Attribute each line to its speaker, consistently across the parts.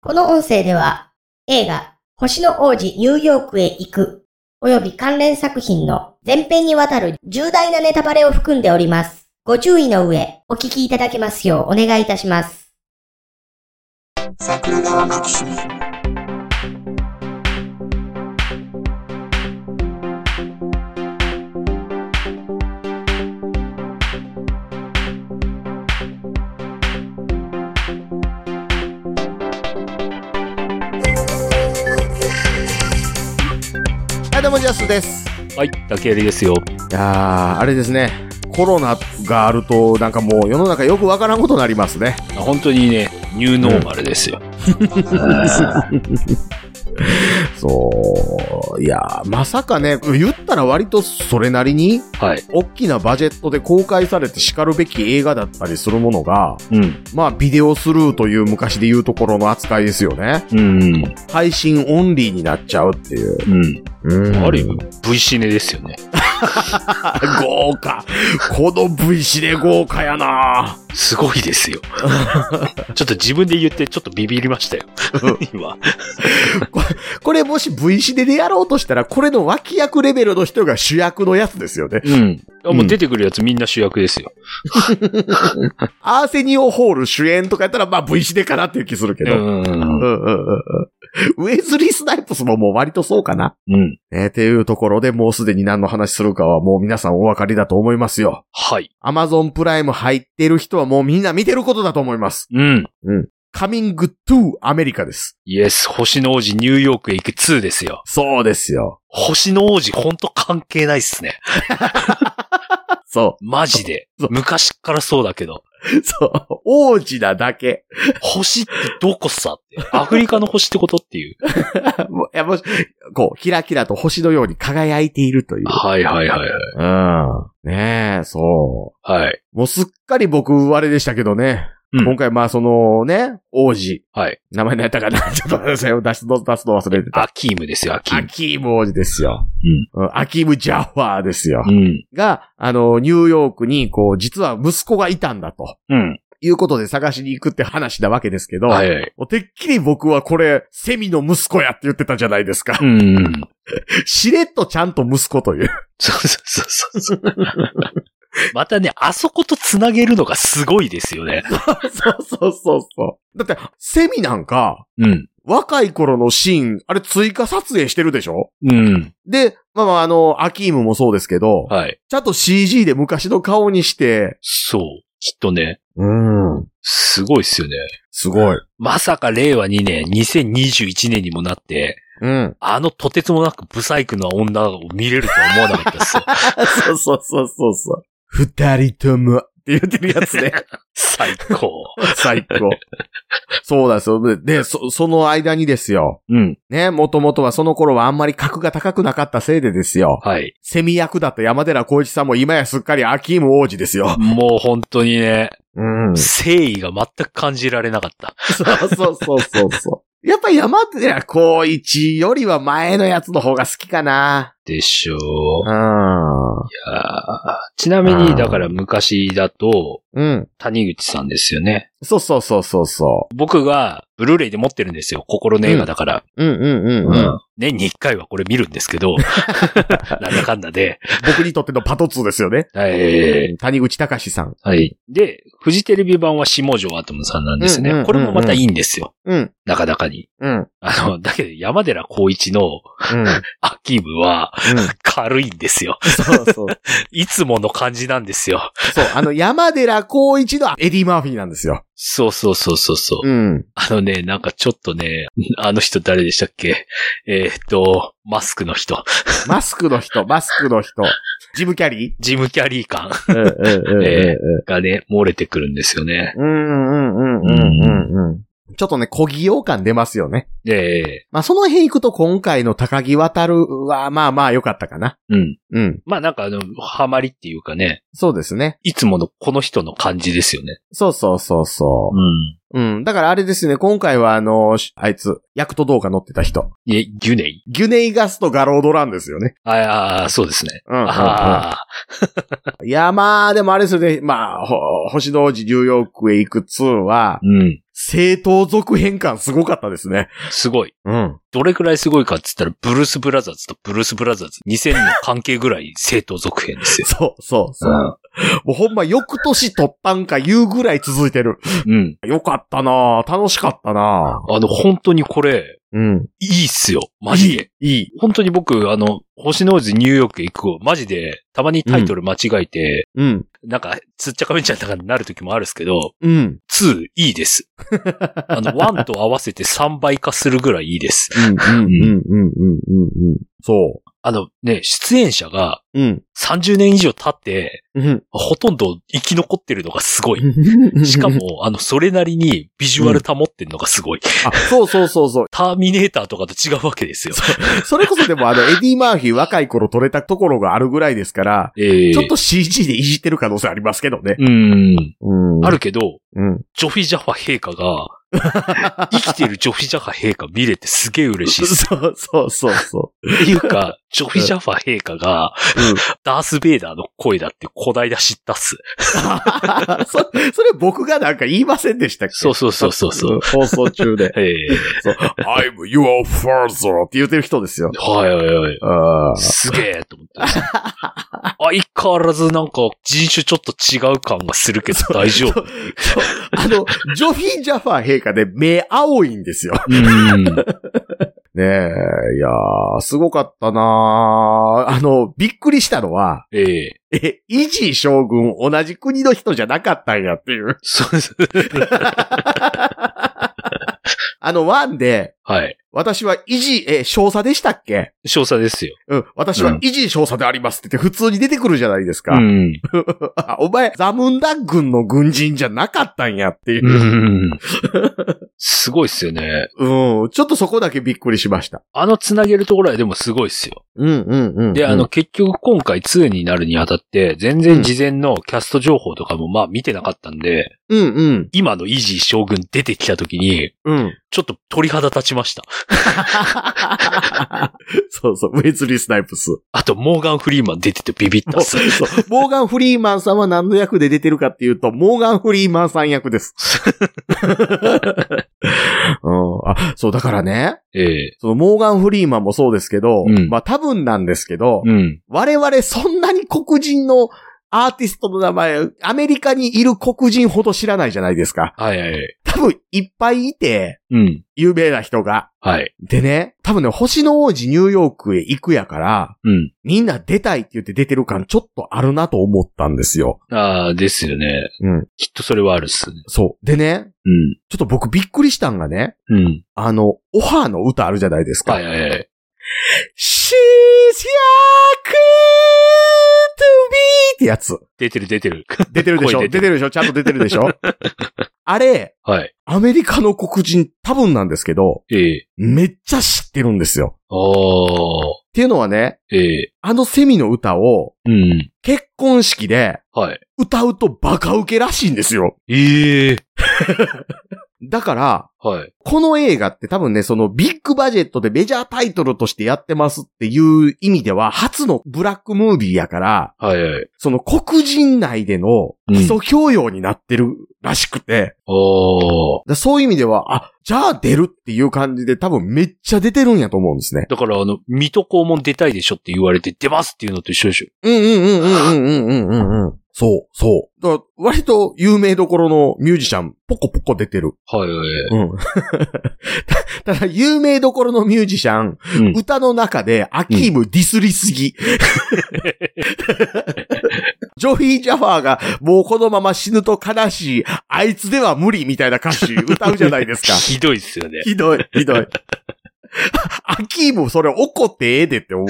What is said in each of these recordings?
Speaker 1: この音声では映画星の王子ニューヨークへ行く及び関連作品の前編にわたる重大なネタバレを含んでおります。ご注意の上お聞きいただけますようお願いいたします。
Speaker 2: 桜川マキシム
Speaker 3: はい、どうも、ジャストです。
Speaker 4: はい、竹やりですよ。
Speaker 3: いやー、あれですね。コロナがあると、なんかもう世の中よくわからんことになりますね。
Speaker 4: 本当にね、ニューノーマルですよ。
Speaker 3: そう。いやー、まさかね、言ったら割とそれなりに、
Speaker 4: はい。
Speaker 3: 大きなバジェットで公開されて叱るべき映画だったりするものが、
Speaker 4: うん。
Speaker 3: まあ、ビデオスルーという昔で言うところの扱いですよね。
Speaker 4: うん。
Speaker 3: 配信オンリーになっちゃうっていう。
Speaker 4: うん。
Speaker 3: うん
Speaker 4: ある意味、V シネですよね。
Speaker 3: 豪華。この V シネ豪華やな
Speaker 4: すごいです よ。ちょっと自分で言って、ちょっとビビりましたよ。 今。
Speaker 3: これもし V シネでやろうとしたら、これの脇役レベルの人が主役のやつですよね。
Speaker 4: うん。あも
Speaker 3: うん
Speaker 4: う出てくるやつみんな主役ですよ。
Speaker 3: アーセニオ・ホール主演とかやったら、まあ V シネかなっていう気するけ
Speaker 4: う
Speaker 3: ど。
Speaker 4: ん。
Speaker 3: うんうんうんうんウェズリー・スナイプスももう割とそうかな。
Speaker 4: うん。
Speaker 3: えーっていうところでもうすでに何の話するかはもう皆さんお分かりだと思いますよ。
Speaker 4: はい。
Speaker 3: アマゾンプライム入ってる人はもうみんな見てることだと思います。
Speaker 4: うん。
Speaker 3: カミング・トゥ・アメリカです。
Speaker 4: イエス、星の王子ニューヨークへ行く2ですよ。
Speaker 3: そうですよ。
Speaker 4: 星の王子ほんと関係ないっすね。
Speaker 3: そ
Speaker 4: マジで
Speaker 3: そう。
Speaker 4: 昔からそうだけど。
Speaker 3: う。そう。王子なだけ。
Speaker 4: 星ってどこさって。アフリカの星ってことっていう。
Speaker 3: もういやもし、こう、キラキラと星のように輝いているという。
Speaker 4: はいはいはいはい。
Speaker 3: うん。ねえ、そう。
Speaker 4: はい。
Speaker 3: もうすっかり僕、あれでしたけどね。
Speaker 4: うん
Speaker 3: 今回、まあ、そのね、王子。
Speaker 4: はい。
Speaker 3: 名前何やったかなちょっと待ってください。出すの、出すの忘れてた。
Speaker 4: アキームですよ、アキー
Speaker 3: ア
Speaker 4: ム。
Speaker 3: キーム王子ですよ。うん。アキーム・ジャファーですよ。
Speaker 4: うん。
Speaker 3: が、あの、ニューヨークに、こう、実は息子がいたんだと。
Speaker 4: うん。
Speaker 3: いうことで探しに行くって話なわけですけど。
Speaker 4: はいはい。
Speaker 3: もうてっきり僕はこれ、セミの息子やって言ってたじゃないですか。
Speaker 4: うん。
Speaker 3: しれっとちゃんと息子という。
Speaker 4: そうそうそう そう。またね、あそこと繋げるのがすごいですよね。
Speaker 3: そうそうそうそう。だって、セミなんか、
Speaker 4: うん。
Speaker 3: 若い頃のシーン、あれ追加撮影してるでしょ
Speaker 4: うん。
Speaker 3: で、まあまあ、あの、アキームもそうですけど、
Speaker 4: はい。
Speaker 3: ちゃんと CG で昔の顔にして、
Speaker 4: そう。きっとね、
Speaker 3: うん。
Speaker 4: すごいっすよね。
Speaker 3: すごい。
Speaker 4: まさか令和2年、2021年にもなって、
Speaker 3: うん。
Speaker 4: あのとてつもなくブサイクな女を見れるとは思わなかったっ すよ。
Speaker 3: そうそうそうそうそう。二人ともって言ってるやつ ね。
Speaker 4: 最高。
Speaker 3: 最高。そうなんですよ。で、そ、その間にですよ。
Speaker 4: うん。
Speaker 3: ね、もともとはその頃はあんまり格が高くなかったせいでですよ。
Speaker 4: はい。
Speaker 3: セミ役だった山寺孝一さんも今やすっかりアキーム王子ですよ。
Speaker 4: もう本当にね、
Speaker 3: うん
Speaker 4: 誠意が全く感じられなかった。
Speaker 3: そうそうそうそうそう。やっぱ山寺孝一よりは前のやつの方が好きかな。
Speaker 4: でしょう。
Speaker 3: う
Speaker 4: あーちなみに、だから昔だと、
Speaker 3: ん。うん。
Speaker 4: 谷口さんですよね。
Speaker 3: そうそうそうそうそ
Speaker 4: 僕が、ブルーレイで持ってるんですよ。心の映画だから。
Speaker 3: う。うんうんうんうん。
Speaker 4: 年に一回はこれ見るんです けど、なんだかんだで。
Speaker 3: 僕にとってのパトツーですよね。
Speaker 4: はい。
Speaker 3: 谷口隆さん。
Speaker 4: はい。で、フジテレビ版は下條アトムさんなんです
Speaker 3: うんうんうんう
Speaker 4: ね。
Speaker 3: ん
Speaker 4: これもまたいいんですよ。
Speaker 3: うん。
Speaker 4: なかなかに。
Speaker 3: うん。うん。
Speaker 4: あの、だけど山寺宏一のアキームは軽いんですよ。
Speaker 3: そうそう。そう、
Speaker 4: いつもの感じなんですよ。
Speaker 3: あの、山寺孝一のエディ・マーフィーなんですよ。
Speaker 4: そうそうそうそうそう。
Speaker 3: うん。
Speaker 4: あのね、なんかちょっとね、あの人誰でしたっけえーっと、マスクの人。
Speaker 3: マスクの人、マスクの人。ジム・キャリー
Speaker 4: ジムキャリー感
Speaker 3: うんうん
Speaker 4: んえがね、漏れてくるんですよね。
Speaker 3: うんうんうんうんうん。ちょっとね、小技用感出ますよね。
Speaker 4: ええ
Speaker 3: まあ、その辺行くと今回の高木渡るは、まあまあ良かったかな。
Speaker 4: うん。
Speaker 3: うん。
Speaker 4: まあなんかあの、ハマりっていうかね、
Speaker 3: そうですね。
Speaker 4: いつものこの人の感じですよね。
Speaker 3: そうそうそうそう。
Speaker 4: ん。
Speaker 3: うん。だからあれですね、今回はあの、しあいつ、ヤクト動画乗ってた人。
Speaker 4: え、ギュネイ
Speaker 3: ギュネイガスとガロードランですよね。
Speaker 4: ああ、そうですね。
Speaker 3: うんうんうん
Speaker 4: ああ、
Speaker 3: いや、まあ、でもあれですよね。まあ、ほ星の王子ニューヨークへ行く2は、
Speaker 4: うん。
Speaker 3: 正当続編感すごかったですね。
Speaker 4: すごい。
Speaker 3: うん。
Speaker 4: どれくらいすごいかって言ったら、ブルース・ブラザーズとブルース・ブラザーズ2000の関係ぐらい正当続編ですよ。
Speaker 3: そう、そう、 そう。もうほんま、翌年突版か言うぐらい続いてる。
Speaker 4: うん。
Speaker 3: よかったなぁ楽しかったなぁ
Speaker 4: あの、本当にこれ、
Speaker 3: うん。
Speaker 4: いいっすよ。マジで。
Speaker 3: いい。
Speaker 4: 本当に僕、あの、星の王子ニューヨークへ行くを、マジで、たまにタイトル間違えて、
Speaker 3: うん。
Speaker 4: なんか、つっちゃかめっちゃなんかになる時もあるんですけど、
Speaker 3: うん。
Speaker 4: 2、いいです。 あの、1と合わせて3倍化するぐらいいいです。
Speaker 3: うん、うん、うん、うん、うん、うん。そ
Speaker 4: あのね、出演者が
Speaker 3: う。うん。
Speaker 4: 30年以上経って、
Speaker 3: うん。
Speaker 4: ほとんど生き残ってるのがすごい。 しか。も、あの、それなりにビジュアル保ってるのがすごい。
Speaker 3: あ、そうそうそうそう。
Speaker 4: ターミネーターとかと違うわけですよ。
Speaker 3: そ れこそでもあの、エディ・マーフィー若い頃撮れたところがあるぐらいですから、
Speaker 4: ええ
Speaker 3: ちょっと CG でいじってる可能性ありますけどね。
Speaker 4: うん。
Speaker 3: うん
Speaker 4: あるけど、
Speaker 3: うん。
Speaker 4: ジョフィジャファ陛下が、生きてるジョフィジャファ陛下見れてすげえ嬉し いです。
Speaker 3: そうそうそうそ
Speaker 4: っていうか、ジョフィジャファ陛下が、
Speaker 3: う。うん。
Speaker 4: ダース・ベイダーの声だってこないだ知ったっす。
Speaker 3: そ、それ僕がなんか言いませんでしたっけ
Speaker 4: そうそうそうそうそう。。
Speaker 3: ん放送中で
Speaker 4: ええ
Speaker 3: そう I'm your father って言ってる人ですよ。
Speaker 4: はいはいはい。
Speaker 3: あー
Speaker 4: すげえと思ってました。相変わらずなんか人種ちょっと違う感がするけど大丈夫。
Speaker 3: あの、ジョフィー・ジャファー陛下で目青いんですよ。
Speaker 4: うん。
Speaker 3: ねえ、いやー、すごかったなーあの、びっくりしたのは、
Speaker 4: ええ
Speaker 3: え、イジー将軍同じ国の人じゃなかったんやっていう。
Speaker 4: そうです。
Speaker 3: あの、ワンで、
Speaker 4: はい。
Speaker 3: 私はイジー、え、少佐でしたっけ
Speaker 4: 少佐ですよ。
Speaker 3: うん、私はイジー少佐でありますって言って普通に出てくるじゃないですか。
Speaker 4: ん。
Speaker 3: あお前、ザムンダッ軍の軍人じゃなかったんやっていうう。
Speaker 4: ん。すごいっすよね。
Speaker 3: うん、ちょっとそこだけびっくりしました。
Speaker 4: あのつなげるところはでもすごいっすよ。
Speaker 3: うん、うん、うん。
Speaker 4: で、あの、、結局今回2になるにあたって、全然事前のキャスト情報とかもまあ見てなかったんで、
Speaker 3: うん、うん、
Speaker 4: 今のイージー将軍出てきた時に、
Speaker 3: うん。
Speaker 4: ちょっと鳥肌立ちました。
Speaker 3: そうそう、ウェズリー・スナイプス。
Speaker 4: あと、モーガン・フリーマン出ててビビった
Speaker 3: もう
Speaker 4: っす
Speaker 3: そう。モーガン・フリーマンさんは何の役で出てるかっていうと、モーガン・フリーマンさん役です。 うん、あそう、だからね、
Speaker 4: ええ
Speaker 3: そのモーガン・フリーマンもそうですけど、
Speaker 4: うん
Speaker 3: まあ多分なんですけど、
Speaker 4: うん。
Speaker 3: 我々そんなに黒人のアーティストの名前、アメリカにいる黒人ほど知らないじゃないですか。
Speaker 4: はいはいはい。
Speaker 3: 多分いっぱいいて、
Speaker 4: うん。
Speaker 3: 有名な人が。
Speaker 4: はい。
Speaker 3: でね、多分ね、星の王子ニューヨークへ行くやから、
Speaker 4: うん。
Speaker 3: みんな出たいって言って出てる感ちょっとあるなと思ったんですよ。
Speaker 4: ああ、ですよね。
Speaker 3: うん。
Speaker 4: きっとそれはあるっすね。
Speaker 3: そう。でね、ちょっと僕びっくりしたんがね、
Speaker 4: うん。うん。
Speaker 3: あの、オハーの歌あるじゃないですか。
Speaker 4: はいはいはい。
Speaker 3: She's your queen to be ってやつ。
Speaker 4: 出てる出てる。
Speaker 3: 出てるでしょ出
Speaker 4: 声出て
Speaker 3: てる
Speaker 4: る
Speaker 3: でしょちゃんと出てるでし ょあれ、
Speaker 4: はい。
Speaker 3: アメリカの黒人多分なんですけど、
Speaker 4: ええ
Speaker 3: めっちゃ知ってるんですよ。
Speaker 4: ああ、
Speaker 3: っていうのはね、
Speaker 4: ええ
Speaker 3: あのセミの歌を
Speaker 4: うん。
Speaker 3: 結婚式で
Speaker 4: はい。
Speaker 3: 歌うとバカウケらしいんですよ。
Speaker 4: ええ
Speaker 3: だから、
Speaker 4: はい。
Speaker 3: この映画って多分ね、そのビッグバジェットでメジャータイトルとしてやってますっていう意味では、初のブラックムービーやから、
Speaker 4: はいはい。
Speaker 3: その黒人内での
Speaker 4: うん
Speaker 3: 基礎教養になってるらしくて、
Speaker 4: ああ。
Speaker 3: だそういう意味では、あ、じゃあ出るっていう感じで多分めっちゃ出てるんやと思うんですね。
Speaker 4: だから、あの、水戸黄門出たいでしょって言われて出ますっていうのと一緒でしょ。
Speaker 3: うんうんうんうんうんうんうんうん。そう、そう。だから割と有名どころのミュージシャン、ポコポコ出てる。
Speaker 4: はいはいはい。
Speaker 3: うん。 ただ、有名どころのミュージシャン、
Speaker 4: うん。
Speaker 3: 歌の中で、アキームディスりすぎ。 ジョフィー・ジャファーが、もうこのまま死ぬと悲しい、あいつでは無理みたいな歌詞歌うじゃないですか
Speaker 4: ひどいっすよね。
Speaker 3: ひどい、ひどい。アキームそれ怒ってええでって思う。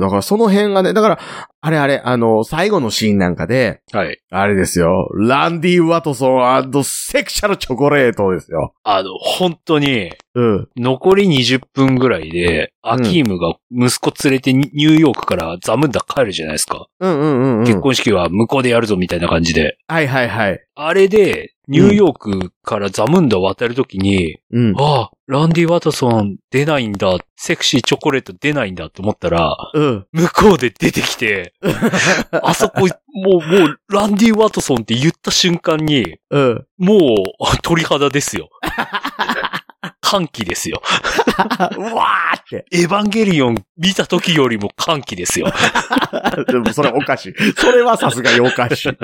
Speaker 3: だからその辺がね、だから、あれあれ、あの、最後のシーンなんかで、
Speaker 4: はい。あ
Speaker 3: あれですよ、ランディ・ワトソンセクシャルチョコレートですよ。
Speaker 4: の、本当に、
Speaker 3: うん。
Speaker 4: 残り20分ぐらいで、アキームが息子連れてニニューヨークからザムンダ帰るじゃないですか。
Speaker 3: うんうんうん、うん。
Speaker 4: 結。婚式は向こうでやるぞみたいな感じで。
Speaker 3: はいはいはい。
Speaker 4: あれで、ニューヨークからザムンダ渡るときに、
Speaker 3: うん。
Speaker 4: ああ、ランディ・ワトソン出ないんだ、セクシーチョコレート出ないんだと思ったら、
Speaker 3: うん。
Speaker 4: 向こうで出てき て、あそこ、もう、もう、ランディ・ワトソンって言った瞬間に、
Speaker 3: うん。
Speaker 4: もう、鳥肌です よ。歓喜ですよ。
Speaker 3: うわーって。
Speaker 4: エヴァンゲリオン見た時よりも歓喜ですよ。
Speaker 3: でもそれおか しい。それはさすがにおかし い。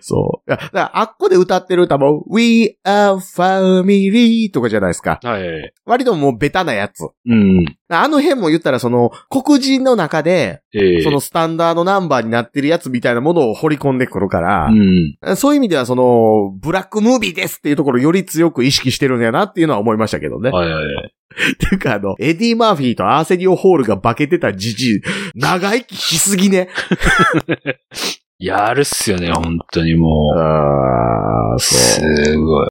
Speaker 3: そう。いやだからあっこで歌ってる歌も、We are family とかじゃないですか。
Speaker 4: はい。
Speaker 3: 割ともうベタなやつ。
Speaker 4: うん。
Speaker 3: あの辺も言ったらその黒人の中で、
Speaker 4: ええ
Speaker 3: そのスタンダードナンバーになってるやつみたいなものを掘り込んでくるから
Speaker 4: う、ん。
Speaker 3: そういう意味ではその、ブラックムービーですっていうところをより強く意識してるんだよなっていうのは思いましたけどね。
Speaker 4: はいはいはい。
Speaker 3: っていうかあの、エディ・マーフィーとアーセリオ・ホールが化けてたじじい、長生きしすぎね。
Speaker 4: やるっすよね、本当にも
Speaker 3: あー、
Speaker 4: う。す
Speaker 3: そう。
Speaker 4: ごい。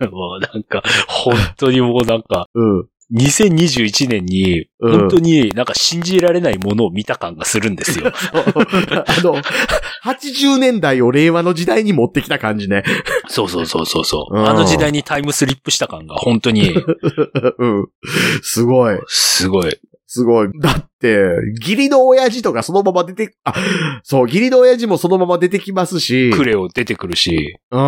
Speaker 4: あのもうなんか、本当にもうなん か、
Speaker 3: うん。
Speaker 4: 2021年に、
Speaker 3: うん
Speaker 4: 本当になんか信じられないものを見た感がするんですよ。
Speaker 3: あの、80年代を令和の時代に持ってきた感じね。
Speaker 4: そうそうそうそうそう。
Speaker 3: うん
Speaker 4: あの時代にタイムスリップした感が本 当に、
Speaker 3: うん。すごい。
Speaker 4: すごい。
Speaker 3: すごい。だって、義理の親父とかそのまま出て、あ、そう、義理の親父もそのまま出てきますし、
Speaker 4: クレオ出てくるし、
Speaker 3: うん、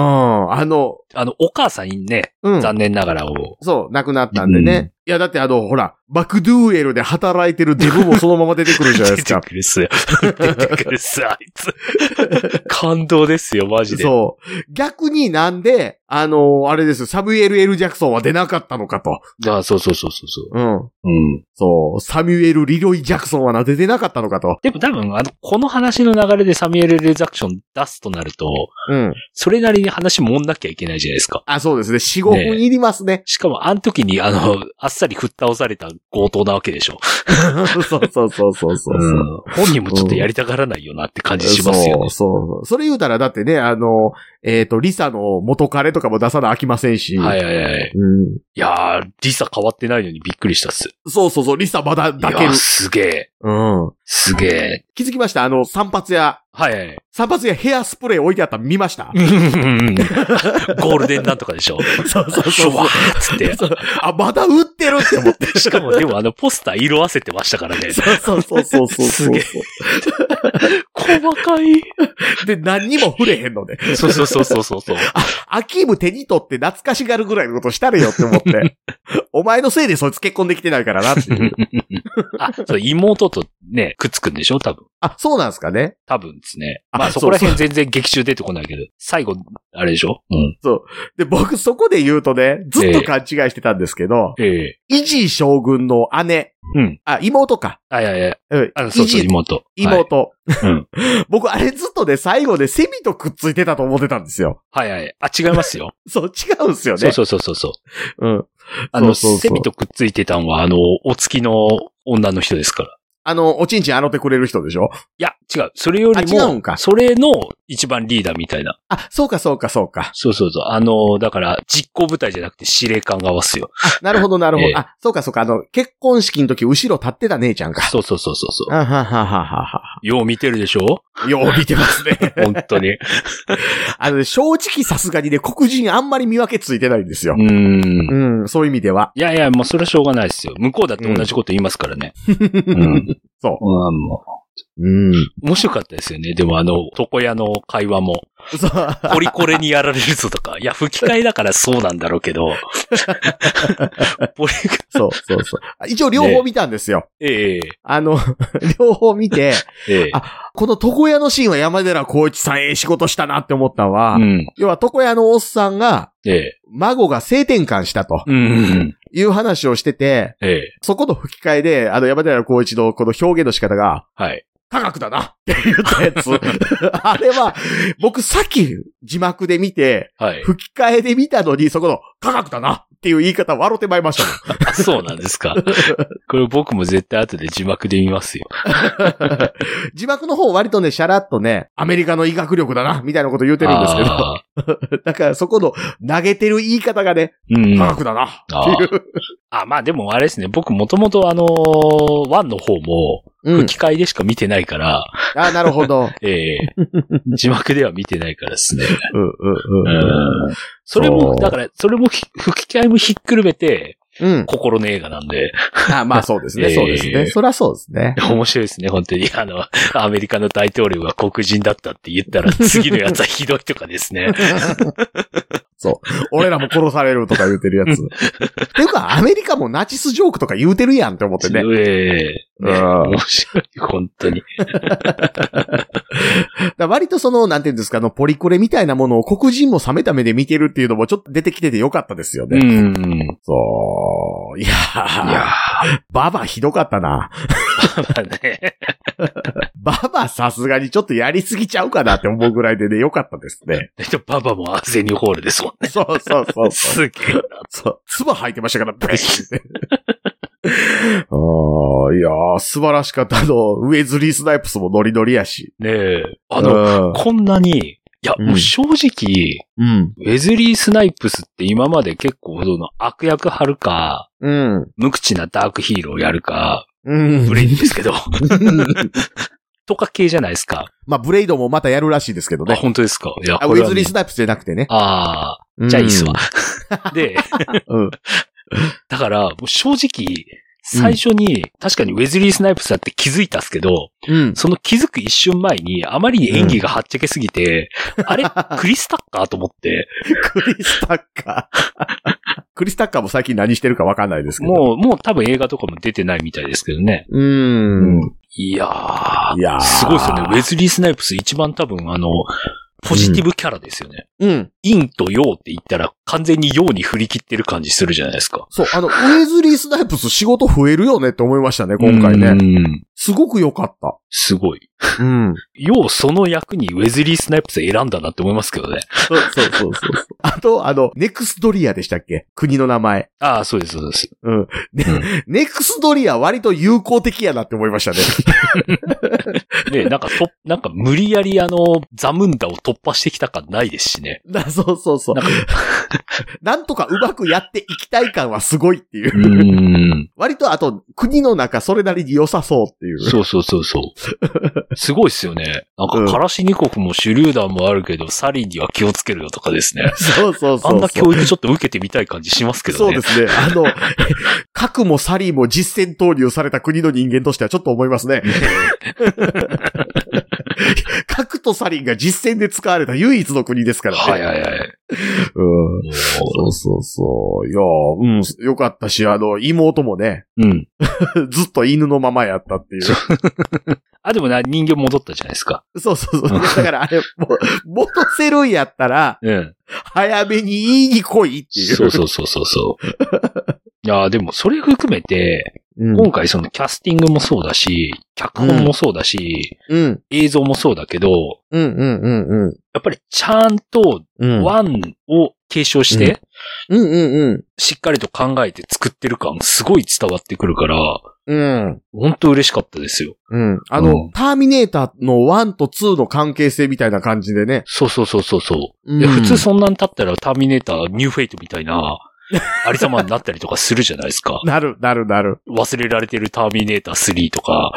Speaker 3: あの、
Speaker 4: あの、お母さんにね、
Speaker 3: うん。
Speaker 4: 残念ながらを。
Speaker 3: そう、亡くなったんでね。いや、だってあの、ほら、バクドゥーエルで働いてるデブもそのまま出てくるじゃないで
Speaker 4: 出
Speaker 3: す
Speaker 4: て
Speaker 3: か。
Speaker 4: くるっすよ。出てくるっす、あいつ。 感動ですよ、マジで。
Speaker 3: そう。逆になんで、あのあれですよサミュエル・エル・ジャクソンは出なかったのかと。
Speaker 4: あそうそうそうそうそ
Speaker 3: うん。
Speaker 4: う。うん。
Speaker 3: そう、サミュエル・リロイ・ジャクソンはなぜ出なかったのかと。
Speaker 4: でも多分、あの、この話の流れでサミュエル・レザクション出すとなると、
Speaker 3: うん。
Speaker 4: それなりに話もんなきゃいけないじゃないですか。
Speaker 3: あ、そうですね。4、5分いりますね。
Speaker 4: しかも、あの時に、あの、あっさり振っ倒された強盗なわけでしょ。
Speaker 3: そうそうそうそうそう。
Speaker 4: うん本人もちょっとやりたがらないよなって感じしますよ
Speaker 3: そ
Speaker 4: ね。
Speaker 3: うそうそう。それ言うたら、だってね、あの、えっ、と、リサの元彼とかも出さなあきませんし。
Speaker 4: はいはいはい。
Speaker 3: うん。
Speaker 4: いやー、リサ変わってないのにびっくりしたっす。
Speaker 3: そうそうそう、リサまだ
Speaker 4: い
Speaker 3: だ
Speaker 4: や
Speaker 3: ける
Speaker 4: ー、。すげえ。
Speaker 3: うん。
Speaker 4: すげえ。
Speaker 3: 気づきましたあの、散髪屋。
Speaker 4: はい はい。
Speaker 3: 散髪屋ヘアスプレー置いてあったの見ました
Speaker 4: うんうんうんゴールデンなんとかでしょ。
Speaker 3: そうそう
Speaker 4: シ
Speaker 3: そ
Speaker 4: ュ
Speaker 3: う
Speaker 4: ワーっつって。
Speaker 3: そう。あ、まだ売ってるって思って。
Speaker 4: しかも、でもあの、ポスター色あせてましたからね。
Speaker 3: そうそうそうそうそう。
Speaker 4: すげえ 細かい。
Speaker 3: で、何にも触れへんので。
Speaker 4: そうそうそうそうそうそう。
Speaker 3: アキーム手に取って懐かしがるぐらいのことしたれよって思 って。お前のせいでそいつ結婚できてないからな っていう。
Speaker 4: あ、そう、妹とね、くっつくんでしょ多分。
Speaker 3: あ、そうなんですかね
Speaker 4: 多分ですね。
Speaker 3: あ
Speaker 4: まあそこら辺全然劇中出てこないけど、最後、あれでしょうん。
Speaker 3: で、僕そこで言うとね、ずっと勘違いしてたんですけど、
Speaker 4: ええ。
Speaker 3: イジー将軍の姉、
Speaker 4: うん。
Speaker 3: あ、妹か。
Speaker 4: あ、いやいや、
Speaker 3: うん
Speaker 4: あの、そうそ
Speaker 3: イ
Speaker 4: う、
Speaker 3: ジ
Speaker 4: 妹。はい
Speaker 3: 妹。
Speaker 4: うん
Speaker 3: 僕あれずっとね、最後でセミとくっついてたと思ってたんですよ。
Speaker 4: はいはい。あ、違いますよ。
Speaker 3: そう、違うんですよね。
Speaker 4: そうそうそうそうそう。
Speaker 3: うん。
Speaker 4: あの、
Speaker 3: そうそうそう
Speaker 4: セミとくっついてたんは、あの、お付きの女の人ですから。
Speaker 3: あの、おちんちん洗ってくれる人でしょ
Speaker 4: いや、違う。それより
Speaker 3: あ違うん
Speaker 4: も
Speaker 3: か、
Speaker 4: それの一番リーダーみたいな。
Speaker 3: あ、そうかそうかそうか。
Speaker 4: そうそうそう。あの、だから、実行部隊じゃなくて司令官側っすよ。
Speaker 3: あ、なるほどなるほど。
Speaker 4: ええ
Speaker 3: あ、そうかそうか。あの、結婚式の時後ろ立ってた姉ちゃんか。
Speaker 4: そうそうそうそうそ
Speaker 3: あははははは。
Speaker 4: う。よう見てるでし ょ
Speaker 3: よう見てますね。
Speaker 4: 本当に。う
Speaker 3: あのね、正直さすがにね、黒人あんまり見分けついてないんですよ
Speaker 4: ー。ん。
Speaker 3: うん、そういう意味では。
Speaker 4: いやいや、もうそれはしょうがないですよ。向こうだって同じこと言いますからね。うん。。
Speaker 3: そう
Speaker 4: ん、も
Speaker 3: うん。
Speaker 4: う。面白かったですよね。でもあの、床屋の会話も、
Speaker 3: そう。
Speaker 4: ポリコレにやられるぞとか。いや、吹き替えだからそうなんだろうけど。ポリ、
Speaker 3: そうそうそう。あ 一応両方見たんですよ。
Speaker 4: ええ
Speaker 3: あの、 両方見て、
Speaker 4: ええ
Speaker 3: あこの床屋のシーンは山寺宏一さんええ仕事したなって思ったのは、
Speaker 4: うん。
Speaker 3: 要は床屋のおっさんが、
Speaker 4: ええ
Speaker 3: 孫が性転換したと
Speaker 4: うんうん。
Speaker 3: いう話をしてて、
Speaker 4: ええ
Speaker 3: そこの吹き替えで、あの山寺宏一のこの表現の仕方が、
Speaker 4: はい。
Speaker 3: 科学だなって言ったや つ。あれは、僕さっき字幕で見て、
Speaker 4: はい。
Speaker 3: 吹き替えで見たのに、そこの科学だなっていう言い方笑ってまいりましたもん。
Speaker 4: あそうなんですか。これ僕も絶対後で字幕で見ますよ。
Speaker 3: 字幕の方割とね、シャラッとね、アメリカの医学力だな、みたいなこと言うてるんですけど、
Speaker 4: あ
Speaker 3: だからそこの投げてる言い方がね、
Speaker 4: ーうん。
Speaker 3: 科学だな、っていう。
Speaker 4: あ、まあでもあれですね、僕もともとあのー、ワンの方も、
Speaker 3: うん。
Speaker 4: 吹き替えでしか見てないから、
Speaker 3: あ、なるほど。
Speaker 4: ええ字幕では見てないからですね。
Speaker 3: うんうん
Speaker 4: う
Speaker 3: うん。
Speaker 4: ん。それ
Speaker 3: そ
Speaker 4: も、
Speaker 3: う
Speaker 4: だから、それもひ吹き替えもひっくるめて、
Speaker 3: うん。
Speaker 4: 心の映画なんで、
Speaker 3: あまあ そうですね、そうです
Speaker 4: え
Speaker 3: ね。
Speaker 4: ー
Speaker 3: そりゃそうですね。
Speaker 4: 面白いですね、本当に。あの、アメリカの大統領が黒人だったって言っ たら、次のやつはひどいとかですね。
Speaker 3: 俺らも殺されるとか言うてるやつ。 っていうか、アメリカもナチスジョークとか言うてるやんって思ってね。
Speaker 4: ええ
Speaker 3: う
Speaker 4: ね
Speaker 3: ん
Speaker 4: 面白い、本当に。
Speaker 3: だから割とその、なんていうんですか、あの、ポリコレみたいなものを黒人も冷めた目で見てるっていうのもちょっと出てきててよかったですよね。
Speaker 4: うん。い
Speaker 3: そう。いやー、
Speaker 4: や
Speaker 3: ババひどかったな。
Speaker 4: ー、まあね。
Speaker 3: ババさすがにちょっとやりすぎちゃうかなって思うぐらいでね、よかったですね。
Speaker 4: えっとババもアーゼニホールですもん ね。
Speaker 3: そうそうそうそう。
Speaker 4: すげえな。
Speaker 3: そう。唾吐いてま したから、ブイッてあーいやー、素晴らしかった。あの、ウェズリー・スナイプスもノリノリやし。
Speaker 4: ねえ。あの、
Speaker 3: うん
Speaker 4: こんなに、いや、
Speaker 3: うん
Speaker 4: もう正直、
Speaker 3: うん。
Speaker 4: ウェズリー・スナイプスって今まで結構その悪役張るか、
Speaker 3: うん。
Speaker 4: 無口なダークヒーローやるか、
Speaker 3: うん
Speaker 4: ブレインですけど、 とか系じゃないですか。
Speaker 3: まあ、ブレイドもまたやるらしいですけど
Speaker 4: あ、
Speaker 3: ね。
Speaker 4: 本当ですか。いや、
Speaker 3: あウ
Speaker 4: これ
Speaker 3: ェ
Speaker 4: は
Speaker 3: ズ
Speaker 4: ね
Speaker 3: リー・スナイプスじゃなくてね。
Speaker 4: ああ、じゃあいい っすわ。で、
Speaker 3: うん。うん。
Speaker 4: だから、もう正直、最初に、確かにウェズリー・スナイプスだって気づいたっすけど、
Speaker 3: うん。
Speaker 4: その気づく一瞬前に、あまりに演技がはっちゃけすぎて、あれ、クリスタッカーと思って、
Speaker 3: クリスタッカー。クリスタッカーも最近何してるかわかんないですけど。
Speaker 4: もう、もう多分映画とかも出てないみたいですけどね。
Speaker 3: う。うん。
Speaker 4: いやー、
Speaker 3: いやー
Speaker 4: すごいですよね。ウェズリー・スナイプス一番多分あの、ポジティブキャラですよね。
Speaker 3: うん。
Speaker 4: 陰と陽って言ったら完全に陽に振り切ってる感じするじゃないですか。
Speaker 3: そう、あの、ウェズリー・スナイプス仕事増えるよねって思いましたね、今回
Speaker 4: う
Speaker 3: ね。
Speaker 4: ん。
Speaker 3: すごく良かっ
Speaker 4: すごい。
Speaker 3: た。うん。
Speaker 4: 陽その役にウェズリー・スナイプス選んだなって思いますけどね。
Speaker 3: そうそうそうそう。あと、あの、ネクスドリアでしたっけ国の名前。
Speaker 4: ああ、そうです、そうです。
Speaker 3: うん。ね
Speaker 4: うん
Speaker 3: ネクスドリア割と友好的やなって思いましたね。
Speaker 4: で、なんかと、 なんか無理やりあの、ザムンダを突破してきた感ないですしね。
Speaker 3: なそうそうそう
Speaker 4: なん。か、
Speaker 3: なんとかうまくやっていきたい感はすごいっていうう。
Speaker 4: ん。
Speaker 3: 割と、あと、国の中それなりに良さそうっていう。
Speaker 4: そうそうそうそう。 すごいっすよね。なん
Speaker 3: うん
Speaker 4: か、カラシニコフも手榴弾もあるけど、サリンには気をつけるよとかですね。
Speaker 3: そうそうそうそう。
Speaker 4: あんな教育ちょっと受けてみたい感じしますけど
Speaker 3: そう
Speaker 4: ね。
Speaker 3: ですね。あの、核もサリーも実戦投入された国の人間としてはちょっと思い ますね。 核とサリンが実戦で使われた唯一の国ですからね。
Speaker 4: はいはいはい。
Speaker 3: うん。そうそうそう。いやーうん、よかったし、あの、妹もね、
Speaker 4: うん。
Speaker 3: ずっと犬のままやったっていう。
Speaker 4: そあ、でもな、人形戻ったじゃないですか。
Speaker 3: そうそうそう。だからあれ、もう、戻せるんやったら、
Speaker 4: うん。
Speaker 3: 早めに言いに来いっていう。
Speaker 4: そうそうそうそうそう。 いやーでもそれ含めて、
Speaker 3: うん。
Speaker 4: 今回そのキャスティングもそうだし、脚本もそうだし、
Speaker 3: うん。
Speaker 4: 映像もそうだけど、
Speaker 3: うん、うん、うん、
Speaker 4: やっぱりちゃんと
Speaker 3: うん。
Speaker 4: ワンを継承して、
Speaker 3: うん、うん、
Speaker 4: しっかりと考えて作ってる感すごい伝わってくるから、
Speaker 3: うん。うん。
Speaker 4: ほんと嬉しかったですよ。
Speaker 3: うん。あの、
Speaker 4: うん
Speaker 3: ターミネーターの1と2の関係性みたいな感じでね。
Speaker 4: そうそうそうそうそう。
Speaker 3: うん。
Speaker 4: いや、普通そんなん経ったらターミネーター、ニューフェイトみたいな、ありさまになったりとかするじゃないですか
Speaker 3: なる、なる、なる。
Speaker 4: 忘れられてるターミネーター3とか、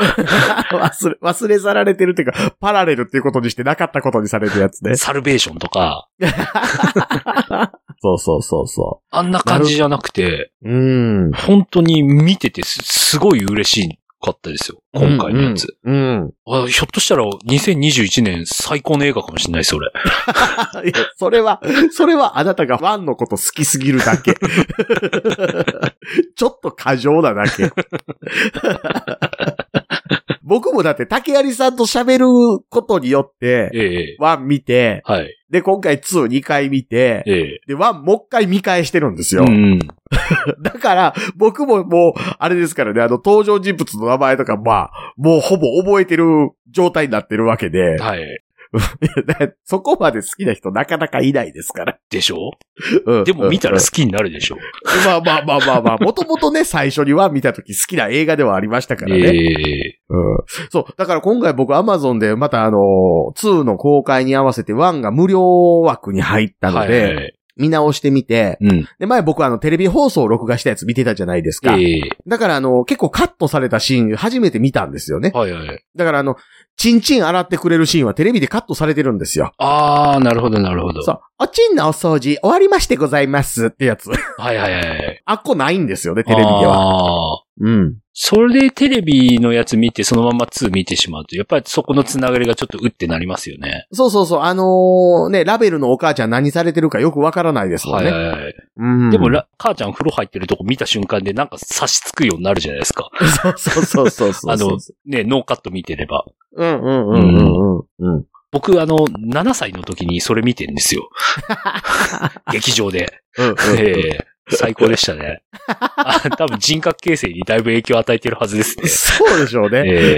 Speaker 3: 忘れ、忘れ去られてるっていうか、パラレルっていうことにしてなかったことにされるやつね。
Speaker 4: サルベーションとか、
Speaker 3: そうそうそうそ
Speaker 4: あんな感じじゃなくて、
Speaker 3: う。うん。
Speaker 4: 本当に見ててすすごい嬉しかったですよ。今回のやつ。
Speaker 3: うん。うん
Speaker 4: あひょっとしたら2021年最高の映画かもしれないです、俺。
Speaker 3: いや、それは、それはあなたが1のこと好きすぎるだけ。 ちょっと過剰なだけ。 僕もだって、竹有さんと喋ることによって、
Speaker 4: ええ
Speaker 3: 1見て、
Speaker 4: はい。
Speaker 3: で、今回2、2回見て、
Speaker 4: ええ
Speaker 3: で、1もう一回見返してるんですよ。
Speaker 4: うん。
Speaker 3: だから、僕ももう、あれですからね、あの、登場人物の名前とか、まあ、もうほぼ覚えてる状態になってるわけで、
Speaker 4: はい。
Speaker 3: いやだ そこまで好きな人なかなかいないですから。
Speaker 4: でしょ
Speaker 3: うん
Speaker 4: でも見たら
Speaker 3: うん
Speaker 4: 好きになるでしょ
Speaker 3: まあまあまあまあまあ、もともとね、最初には見たとき好きな映画ではありましたからね。
Speaker 4: ええ
Speaker 3: うん。そう。だから今回僕 Amazon でまたあのー、2の公開に合わせて1が無料枠に入ったので、
Speaker 4: はいはい
Speaker 3: 見直してみて、
Speaker 4: うん。
Speaker 3: で、前僕あの、テレビ放送を録画したやつ見てたじゃないですか。
Speaker 4: ええ
Speaker 3: だからあの、結構カットされたシーン初めて見たんですよね。
Speaker 4: はいはい。
Speaker 3: だからあの、チンチン洗ってくれるシーンはテレビでカットされてるんですよ。
Speaker 4: あー、なるほどなるほど。
Speaker 3: そう。おちんのお掃除終わりましてございますってやつ。
Speaker 4: はいはいはい。
Speaker 3: あっこないんですよね、テレビでは。
Speaker 4: あー
Speaker 3: うん。
Speaker 4: それでテレビのやつ見て、そのまま2見てしまうと、やっぱりそこのつながりがちょっとうってなりますよね。
Speaker 3: そうそうそう。あのーね、ラベルのお母ちゃん何されてるかよくわからないですもんね。
Speaker 4: はいはいはい。
Speaker 3: うん
Speaker 4: でも、ら母ちゃん風呂入ってるとこ見た瞬間でなんか差しつくようになるじゃないですか。
Speaker 3: そうそうそうそうそう。
Speaker 4: あの、ね、ノーカット見てれば。
Speaker 3: うんうんうんうんうんうん。
Speaker 4: 僕、あの、7歳の時にそれ見てんです よ。劇場で。
Speaker 3: うん
Speaker 4: ええ最高でしたね。あ多分人格形成にだいぶ影響を与えてるはずですね。
Speaker 3: そうでしょうね。
Speaker 4: ええ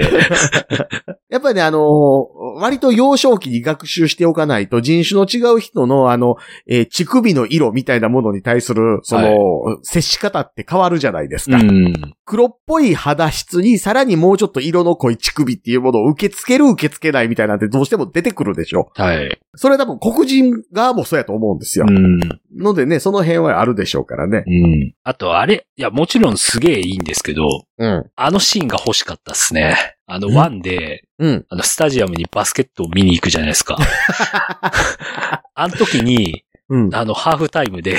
Speaker 3: やっぱりね、あのー割と幼少期に学習しておかないと、人種の違う人の、あの、えー乳首の色みたいなものに対する、その、接し方って変わるじゃないですか。
Speaker 4: うん。
Speaker 3: 黒っぽい肌質に、さらにもうちょっと色の濃い乳首っていうものを受け付ける、受け付けないみたいなんてどうしても出てくるでしょう。
Speaker 4: はい。
Speaker 3: それは多分黒人側もそうやと思うんですよ
Speaker 4: う。ん。
Speaker 3: のでね、その辺はあるでしょうからね
Speaker 4: う。ん。あと、あれ、いや、もちろんすげえいいんですけど、
Speaker 3: うん。
Speaker 4: あのシーンが欲しかったっすね。あの、
Speaker 3: ん
Speaker 4: ワンで、
Speaker 3: うん。
Speaker 4: あの、スタジアムにバスケットを見に行くじゃないで すか。あの時に、
Speaker 3: うん。
Speaker 4: あの、ハーフタイムで、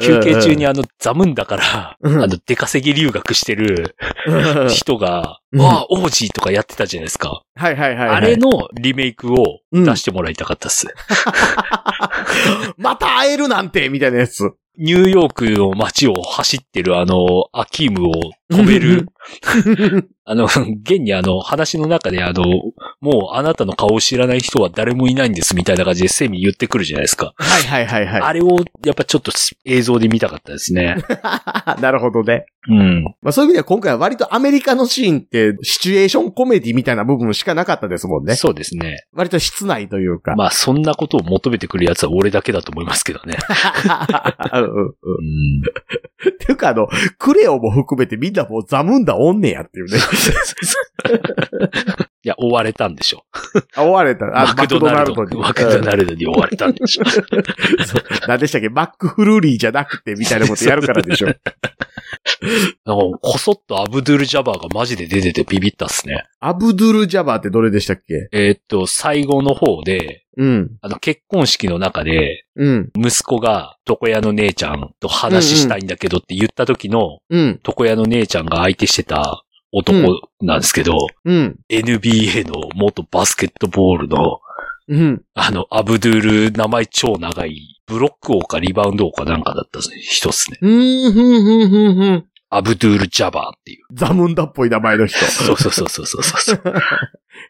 Speaker 4: 休憩中にあの、ザムンダから、
Speaker 3: うん
Speaker 4: あの、出稼ぎ留学してる
Speaker 3: うん
Speaker 4: 人が、
Speaker 3: うん
Speaker 4: わあ、王子とかやってたじゃないですか。
Speaker 3: はいはいはい、はい。
Speaker 4: あれのリメイクを出してもらいたかったっす。
Speaker 3: また会えるなんてみたいなやつ。
Speaker 4: ニューヨークの街を走ってるあの、アキームを止め
Speaker 3: うん
Speaker 4: る。 あの、現にあの、話の中であの、もうあなたの顔を知らない人は誰もいないんですみたいな感じでセミ言ってくるじゃないですか。
Speaker 3: はいはいはいは
Speaker 4: あれをやっぱちょっと映像で見たかったです ね。
Speaker 3: い。なるほどね。
Speaker 4: うん。
Speaker 3: まあそういう意味では今回は割とアメリカのシーンってシチュエーションコメディみたいな部分しかなかったですもんね。
Speaker 4: そうですね。
Speaker 3: 割と室内というか。
Speaker 4: まあそんなことを求めてくるやつは俺だけだと思いますけどね。
Speaker 3: うんうんうん
Speaker 4: うん。
Speaker 3: っていうかあの、クレオも含めてみんなもうザムンダおんねやっていうね。
Speaker 4: いや、追われたんでしょ。
Speaker 3: あ、追われた。あ
Speaker 4: マクドナルドに。マクド
Speaker 3: うん
Speaker 4: ナルドに追われたんでしょ。
Speaker 3: 何でしたっけマックフルーリーじゃなくてみたいなことやるからでしょ。
Speaker 4: なんかこそっとアブドゥル・ジャバーがマジで出ててビビったっすね。
Speaker 3: アブドゥル・ジャバーってどれでしたっけ
Speaker 4: えーっと、最後の方で、
Speaker 3: うん。
Speaker 4: あの結婚式の中で、
Speaker 3: うん。
Speaker 4: 息子が床屋の姉ちゃんと話したいんだけどって言った時の、
Speaker 3: うん。
Speaker 4: 床屋の姉ちゃんが相手してた男なんですけど、
Speaker 3: うん。
Speaker 4: NBA の元バスケットボールの、
Speaker 3: うん。
Speaker 4: あの、アブドゥール、名前超長い、ブロック王かリバウンド王かなんかだった人っすね。
Speaker 3: うん。うん。うん。うん。
Speaker 4: アブドゥール・ジャバーっていう。
Speaker 3: ザムンダっぽい名前の人。
Speaker 4: そうそうそうそうそうそう。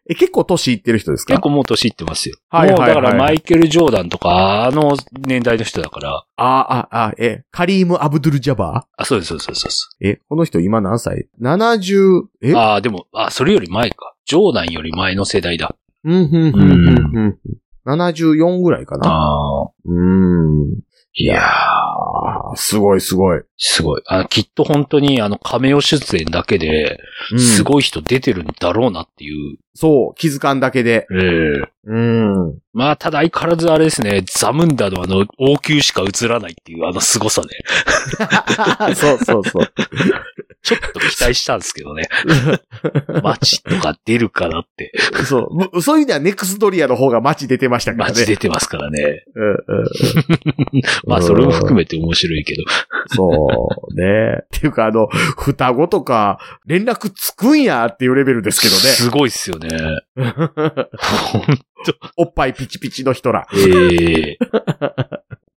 Speaker 3: え、結構年いってる人ですか
Speaker 4: 結構もう年いってますよ。
Speaker 3: はいはいはい
Speaker 4: もうだからマイケル・ジョーダンとか、あの年代の人だから。
Speaker 3: ああ、あ、え、カリーム・アブドゥル・ジャバ
Speaker 4: あ、そうです、そうです、そうです。
Speaker 3: ーえ、この人今何歳 ?70、え
Speaker 4: ああ、でも、あ、それより前か。ジョーダンより前の世代だ。
Speaker 3: うん、うん、うん、うんうん。74ぐらいかな
Speaker 4: ああ。
Speaker 3: うーん。
Speaker 4: いやー。
Speaker 3: ああ、すごいすごい。
Speaker 4: すごい。あきっと本当にあの、亀尾出演だけで、
Speaker 3: うん
Speaker 4: すごい人出てるんだろうなっていう。
Speaker 3: そう、気づかんだけで。
Speaker 4: ええ
Speaker 3: うん。
Speaker 4: まあ、ただ相変わらずあれですね、ザムンダのあの、王宮しか映らないっていうあの凄さで、
Speaker 3: そうそうそう。
Speaker 4: ちょっと期待したんですけ どね。街とか出るかなって、
Speaker 3: そう。むそういう意味ではネクストリアの方が街出てましたからね。
Speaker 4: 街出てますからね。
Speaker 3: うんうん。
Speaker 4: まあ、それも含めて面白いけど。
Speaker 3: そうね。 っていうか、あの、双子とか、連絡つくんやっていうレベルですけ
Speaker 4: すごいっすよね。
Speaker 3: どね。 おっぱいピチピチの人ら。
Speaker 4: ええ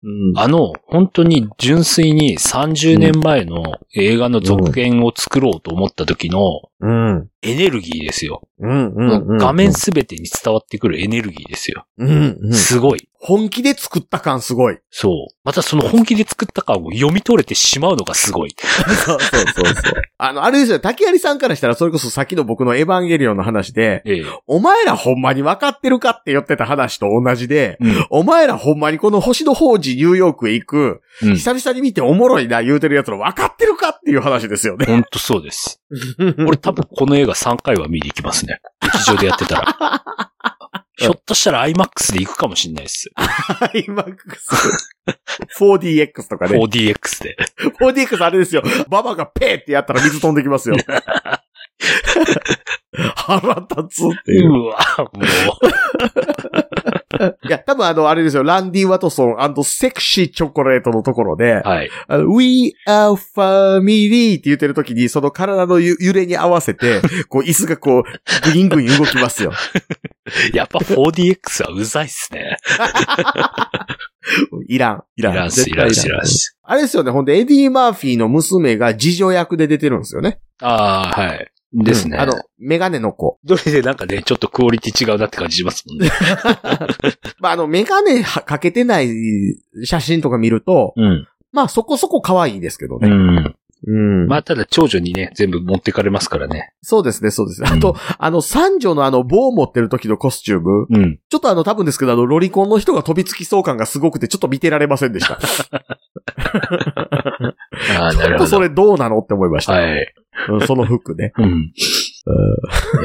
Speaker 3: うん。
Speaker 4: あの、本当に純粋に30年前の映画の続編を作ろうと思った時の、
Speaker 3: うん。うん、
Speaker 4: エネルギーですよ。
Speaker 3: うん、うん。
Speaker 4: 画面すべてに伝わってくるエネルギーですよ。
Speaker 3: うん、うん。
Speaker 4: すごい。
Speaker 3: 本気で作った感すごい。
Speaker 4: そう。またその本気で作った感を読み取れてしまうのがすごい。
Speaker 3: そうそうそうそう。 あの、あれですよ、竹槍さんからしたらそれこそさっきの僕のエヴァンゲリオンの話で、
Speaker 4: ええ。
Speaker 3: お前らほんまに分かってるかって言ってた話と同じで、お前らほんまにこの星の法事ニューヨークへ行く、
Speaker 4: うん。
Speaker 3: 久々に見ておもろいな言うてるやつの分かってるかっていう話です よね。
Speaker 4: ほんとそうです。俺多分この映画3回は見に行きますね。劇場でやってたら。 ひょっとしたら IMAX で行くかもしれないです。
Speaker 3: IMAX。4DX とかね。
Speaker 4: 4DX で。
Speaker 3: 4DX あれですよ。ババがペーってやったら水飛んでき ますよ。腹立つっていう。
Speaker 4: うわ、もう。
Speaker 3: いや、多分あの、あれですよ。ランディ・ワトソンセクシーチョコレートのところで、
Speaker 4: はい。
Speaker 3: あの We are family って言ってる時に、その体のゆ揺れに合わせ て、こう椅子がこう、グイングイン動きますよ。
Speaker 4: やっぱ 4DX はうざいっすね。
Speaker 3: いらん。い
Speaker 4: い
Speaker 3: らん。
Speaker 4: らんす、い
Speaker 3: 絶対
Speaker 4: らんす、いらんす。
Speaker 3: あれですよね。ほんで、エディ・マーフィーの娘が次女役で出てるんですよね。
Speaker 4: ああ、はい。ですね。
Speaker 3: うんあの、メガネの子。
Speaker 4: どれでなんかね、ちょっとクオリティ違うなって感じしますもんね。
Speaker 3: まあ、あの、メガネはかけてない写真とか見ると、
Speaker 4: うん。
Speaker 3: まあ、そこそこ可愛いですけど
Speaker 4: う
Speaker 3: ね。
Speaker 4: ん。
Speaker 3: うん
Speaker 4: まあ、ただ、長女にね、全部持ってかれますからね。
Speaker 3: そうですね、そうですね。
Speaker 4: うん
Speaker 3: あと、あの、三女のあの、棒を持ってる時のコスチューム。
Speaker 4: うん。
Speaker 3: ちょっとあの、多分ですけど、あの、ロリコンの人が飛びつきそう感がすごくて、ちょっと見てられませんでした。
Speaker 4: ああ、
Speaker 3: ち
Speaker 4: な
Speaker 3: ょ
Speaker 4: る
Speaker 3: っ
Speaker 4: ほ
Speaker 3: とそ
Speaker 4: ど。
Speaker 3: れどうなのって思いました。
Speaker 4: は
Speaker 3: う
Speaker 4: い。
Speaker 3: んその服ね。
Speaker 4: うん。い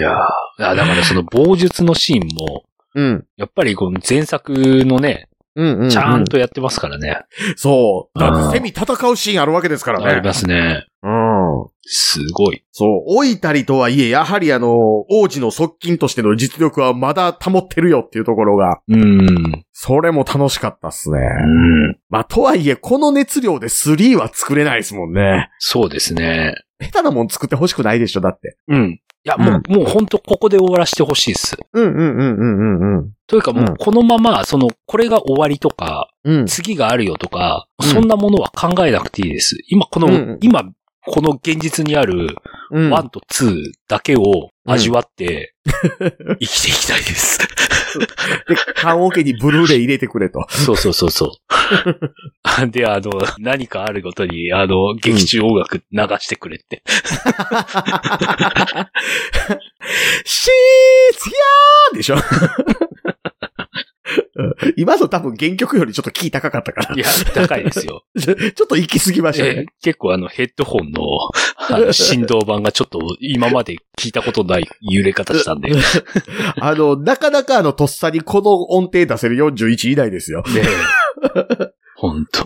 Speaker 4: やーあだからその、棒術のシーンも、
Speaker 3: うん。
Speaker 4: やっぱりこの前作のね、
Speaker 3: うんうん、うん。
Speaker 4: ちゃん。とやってますからね。
Speaker 3: そう。だって
Speaker 4: うん
Speaker 3: セミ戦うシーンあるわけですからね。
Speaker 4: ありますね。
Speaker 3: うん。
Speaker 4: すごい。
Speaker 3: そう、老いたりとはいえ、やはりあの、王子の側近としての実力はまだ保ってるよっていうところが、
Speaker 4: うん。
Speaker 3: それも楽しかったっすね。
Speaker 4: うん。
Speaker 3: まあ、とはいえ、この熱量で3は作れないですもんね。
Speaker 4: そうですね。
Speaker 3: 下手なもん作ってほしくないでしょ、だって。
Speaker 4: うん。いや、もう、もうほんとここで終わらせてほしいっす。
Speaker 3: うんうんうんうんうんうん。
Speaker 4: というかもううんこのまま、その、これが終わりとか、
Speaker 3: うん。
Speaker 4: 次があるよとか、
Speaker 3: うん
Speaker 4: そんなものは考えなくていいです。今この、
Speaker 3: うんうん
Speaker 4: 今、この現実にある
Speaker 3: うん、
Speaker 4: 1と2だけを味 わって、生きていきたいです。
Speaker 3: で、缶オケにブルーレイ入れてくれと。
Speaker 4: そうそうそうそう。 で、あの、何かあるごとに、あの、劇中音楽流してくれって。
Speaker 3: シーツやーでしょうん今の多分原曲よりちょっとキー高かったから。
Speaker 4: いや、高いです よ。
Speaker 3: ちょちょっと行き過ぎましたね
Speaker 4: え。結構あの、ヘッドホンのあ の振動版がちょっと今まで聞いたことない揺れ方したんで。ね
Speaker 3: あの、なかなかあの、とっさにこの音程出せる41以内ですよ。
Speaker 4: えほんと。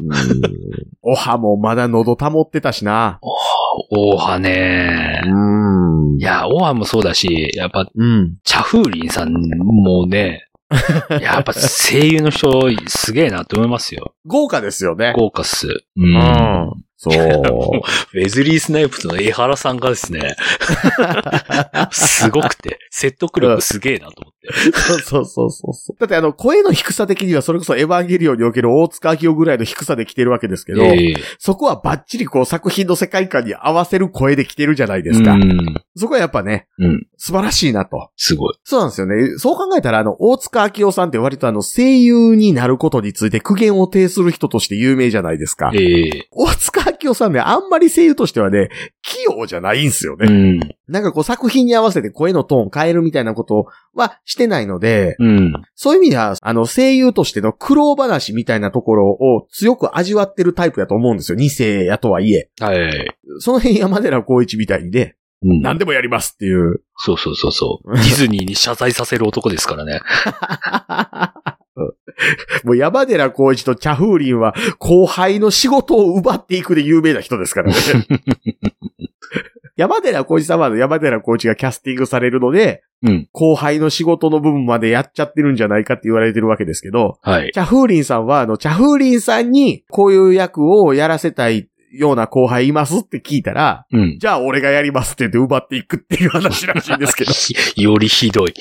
Speaker 3: おはもまだ喉保ってたしな。
Speaker 4: オーハね
Speaker 3: ん
Speaker 4: い。や、オーハもそうだし、やっぱ、
Speaker 3: うん。
Speaker 4: チャフーリンさんも ね、やっぱ声優の人すげえなと思いますよ。
Speaker 3: 豪華ですよね。
Speaker 4: 豪華っす。う。。
Speaker 3: うんそう。
Speaker 4: ウェズリー・スナイプスの江原さんがです ね、すごくて、説得力すげえなと思って。
Speaker 3: そうそうそうそう。だってあの、声の低さ的にはそれこそエヴァンゲリオンにおける大塚明夫ぐらいの低さで来てるわけですけど、
Speaker 4: ええ
Speaker 3: そこはバッチリこう作品の世界観に合わせる声で来てるじゃないですか。
Speaker 4: うん。
Speaker 3: そこはやっぱね、
Speaker 4: うん
Speaker 3: 素晴らしいなと。
Speaker 4: すごい。
Speaker 3: そうなんですよね。そう考えたら、あの、大塚明夫さんって割とあの、声優になることについて苦言を呈する人として有名じゃないですか。
Speaker 4: ええ
Speaker 3: 大塚明夫さんね、あんまり声優としてはね、器用じゃないんですよ
Speaker 4: う
Speaker 3: ね。
Speaker 4: ん。
Speaker 3: なんかこう作品に合わせて声のトーン変えるみたいなことはしてないので、
Speaker 4: うん。
Speaker 3: そういう意味では、あの、声優としての苦労話みたいなところを強く味わってるタイプやと思うんですよ。二世やとはいえ。
Speaker 4: はい。
Speaker 3: その辺山寺孝一みたいにね、
Speaker 4: うん
Speaker 3: 何でもやりますっていう。
Speaker 4: そうそうそうそう。ディズニーに謝罪させる男ですからね。
Speaker 3: もう山寺孝一と茶風林は後輩の仕事を奪っていくで有名な人ですからね。山寺孝一様の山寺孝一がキャスティングされるので、
Speaker 4: うん。
Speaker 3: 後輩の仕事の部分までやっちゃってるんじゃないかって言われてるわけですけど、
Speaker 4: はい。
Speaker 3: 茶風林さんはあの茶風林さんにこういう役をやらせたいような後輩いますって聞いたら、
Speaker 4: うん。
Speaker 3: じゃあ俺がやりますって言って奪っていくっていう話らしいんですけ ど。
Speaker 4: よりひどい。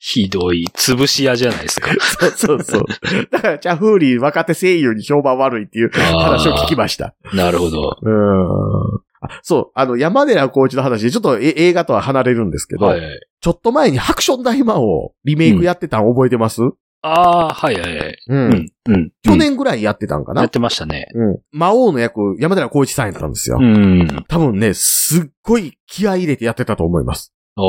Speaker 4: ひどい。潰し屋じゃないです か。
Speaker 3: そうそうそう。だから、チャフーリー若手声優に評判悪いっていう話を聞きました。
Speaker 4: なるほど。
Speaker 3: うん。あそう、あの、山寺孝一の話で、ちょっとえ映画とは離れるんですけど、
Speaker 4: はい。
Speaker 3: ちょっと前にハクション大魔王リメイクやってたん覚えてます、うん、
Speaker 4: ああ、はいはいはい。うん。うん。
Speaker 3: 去年ぐらいやってたんか
Speaker 4: うんや
Speaker 3: な
Speaker 4: っ、てましたね。
Speaker 3: うん、魔王の役、山寺孝一さんやったんですよ。
Speaker 4: うん。
Speaker 3: 多分ね、すっごい気合い入れてやってたと思います。
Speaker 4: お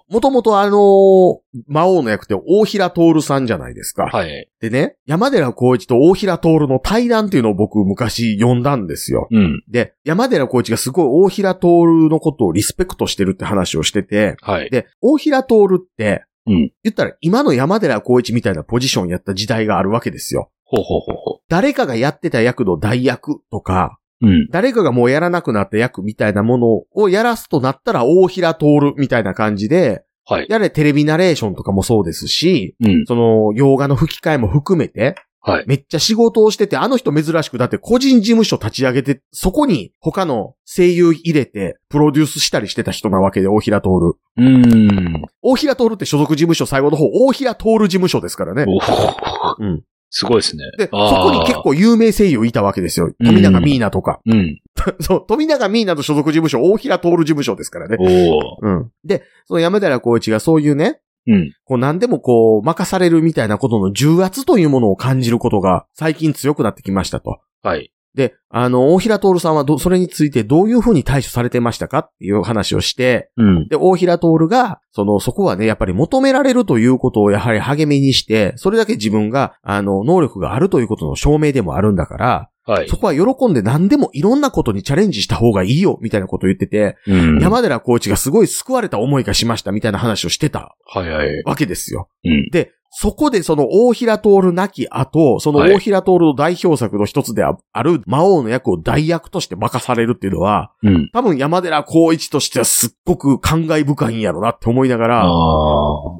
Speaker 4: ー。
Speaker 3: もともとあのー魔王の役って大平徹さんじゃないですか。
Speaker 4: はい。
Speaker 3: でね、山寺孝一と大平徹の対談っていうのを僕昔読んだんですよ。
Speaker 4: うん。
Speaker 3: で、山寺孝一がすごい大平徹のことをリスペクトしてるって話をしてて、
Speaker 4: はい。
Speaker 3: で、大平徹って、
Speaker 4: うん
Speaker 3: 言ったら今の山寺孝一みたいなポジションやった時代があるわけですよ。
Speaker 4: ほうほうほうほ
Speaker 3: 誰かがやってた役の代役とか、
Speaker 4: う。うん。
Speaker 3: 誰かがもうやらなくなった役みたいなものをやらすとなったら大平通るみたいな感じで、
Speaker 4: はい。
Speaker 3: やれテレビナレーションとかもそうですし、
Speaker 4: うん。
Speaker 3: その、洋画の吹き替えも含めて、
Speaker 4: はい。
Speaker 3: めっちゃ仕事をしてて、あの人珍しくだって個人事務所立ち上げて、そこに他の声優入れて、プロデュースしたりしてた人なわけで、大平通る。
Speaker 4: うーん。
Speaker 3: 大平通るって所属事務所最後の方、大平通る事務所ですからね。
Speaker 4: おー
Speaker 3: うん
Speaker 4: すごいですね。
Speaker 3: で、そ
Speaker 4: あー
Speaker 3: こに結構有名声優いたわけですよ。富永ミーナとか。
Speaker 4: うん。
Speaker 3: そう、富永ミーナの所属事務所、大平徹事務所ですからね。
Speaker 4: おー。
Speaker 3: うん。で、その山寺孝一がそういうね、
Speaker 4: うん。
Speaker 3: こう何でもこう任されるみたいなことの重圧というものを感じることが最近強くなってきましたと。
Speaker 4: はい。
Speaker 3: で、あの、大平徹さんはど、それについてどういうふうに対処されてましたかっていう話をして、
Speaker 4: うん。
Speaker 3: で、大平徹が、その、そこはね、やっぱり求められるということをやはり励みにして、それだけ自分が、あの、能力があるということの証明でもあるんだから、
Speaker 4: はい
Speaker 3: そ。こは喜んで何でもいろんなことにチャレンジした方がいいよ、みたいなことを言ってて、
Speaker 4: うん
Speaker 3: 山寺孝一がすごい救われた思いがしましたみたいな話をしてた
Speaker 4: はいはい。
Speaker 3: わけですよ。
Speaker 4: うん。
Speaker 3: で、そこでその大平徹なき後、その大平徹の代表作の一つであある魔王の役を代役として任されるっていうのは、
Speaker 4: うん。
Speaker 3: 多分山寺孝一としてはすっごく感慨深いんやろなって思いなが
Speaker 4: あ
Speaker 3: ら、
Speaker 4: あ。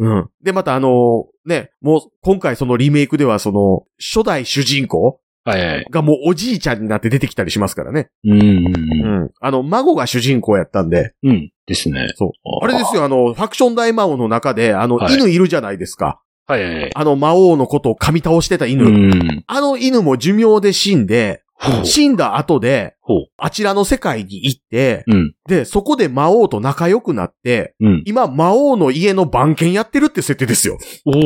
Speaker 3: うん。で、またあのね、もう今回そのリメイクではその初代主人公
Speaker 4: はいはい。
Speaker 3: がもうおじいちゃんになって出てきたりしますからね。
Speaker 4: うん
Speaker 3: う。ん。あの、孫が主人公やったんで、
Speaker 4: うん。ですね。
Speaker 3: そうあ
Speaker 4: ー
Speaker 3: れですよ、あの、ファクション大魔王の中で、あの、
Speaker 4: はい
Speaker 3: 犬いるじゃないですか。
Speaker 4: はいはいはい。
Speaker 3: あの、魔王のことを噛み倒してた犬。
Speaker 4: うん。
Speaker 3: あの犬も寿命で死んで、
Speaker 4: ほう。
Speaker 3: 死んだ後で、
Speaker 4: ほう。
Speaker 3: あちらの世界に行って、
Speaker 4: うん。
Speaker 3: で、そこで魔王と仲良くなって、
Speaker 4: うん。
Speaker 3: 今、魔王の家の番犬やってるって設定ですよ。
Speaker 4: おお。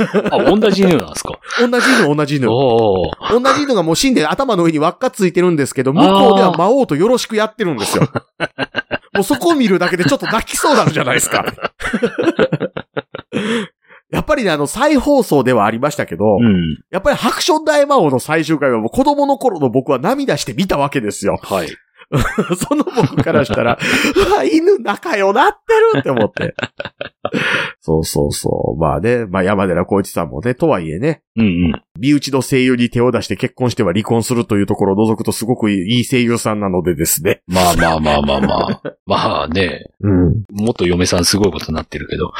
Speaker 4: あ、同じ犬なんですか。
Speaker 3: 同じ犬、同じ犬。
Speaker 4: おお。
Speaker 3: 同じ犬がもう死んで頭の上に輪っかついてるんですけど、向こうでは魔王とよろしくやってるん ですよ。もうそこを見るだけでちょっと泣きそうなるじゃないです か。やっぱりね、あの、再放送ではありましたけど、
Speaker 4: うん。。
Speaker 3: やっぱりハクション大魔王の最終回はもう子供の頃の僕は涙して見たわけですよ
Speaker 4: はい。
Speaker 3: その僕からした ら、うわ、犬仲良なってるって思って。そうそうそう。まあね、まあ山寺孝一さんもね、とはいえね、
Speaker 4: うんうん。
Speaker 3: 身内の声優に手を出して結婚しては離婚するというところを除くとすごくいい声優さんなのでですね。
Speaker 4: まあまあまあまあまあ。まあね。
Speaker 3: うん。
Speaker 4: 元嫁さんすごいことになってるけど。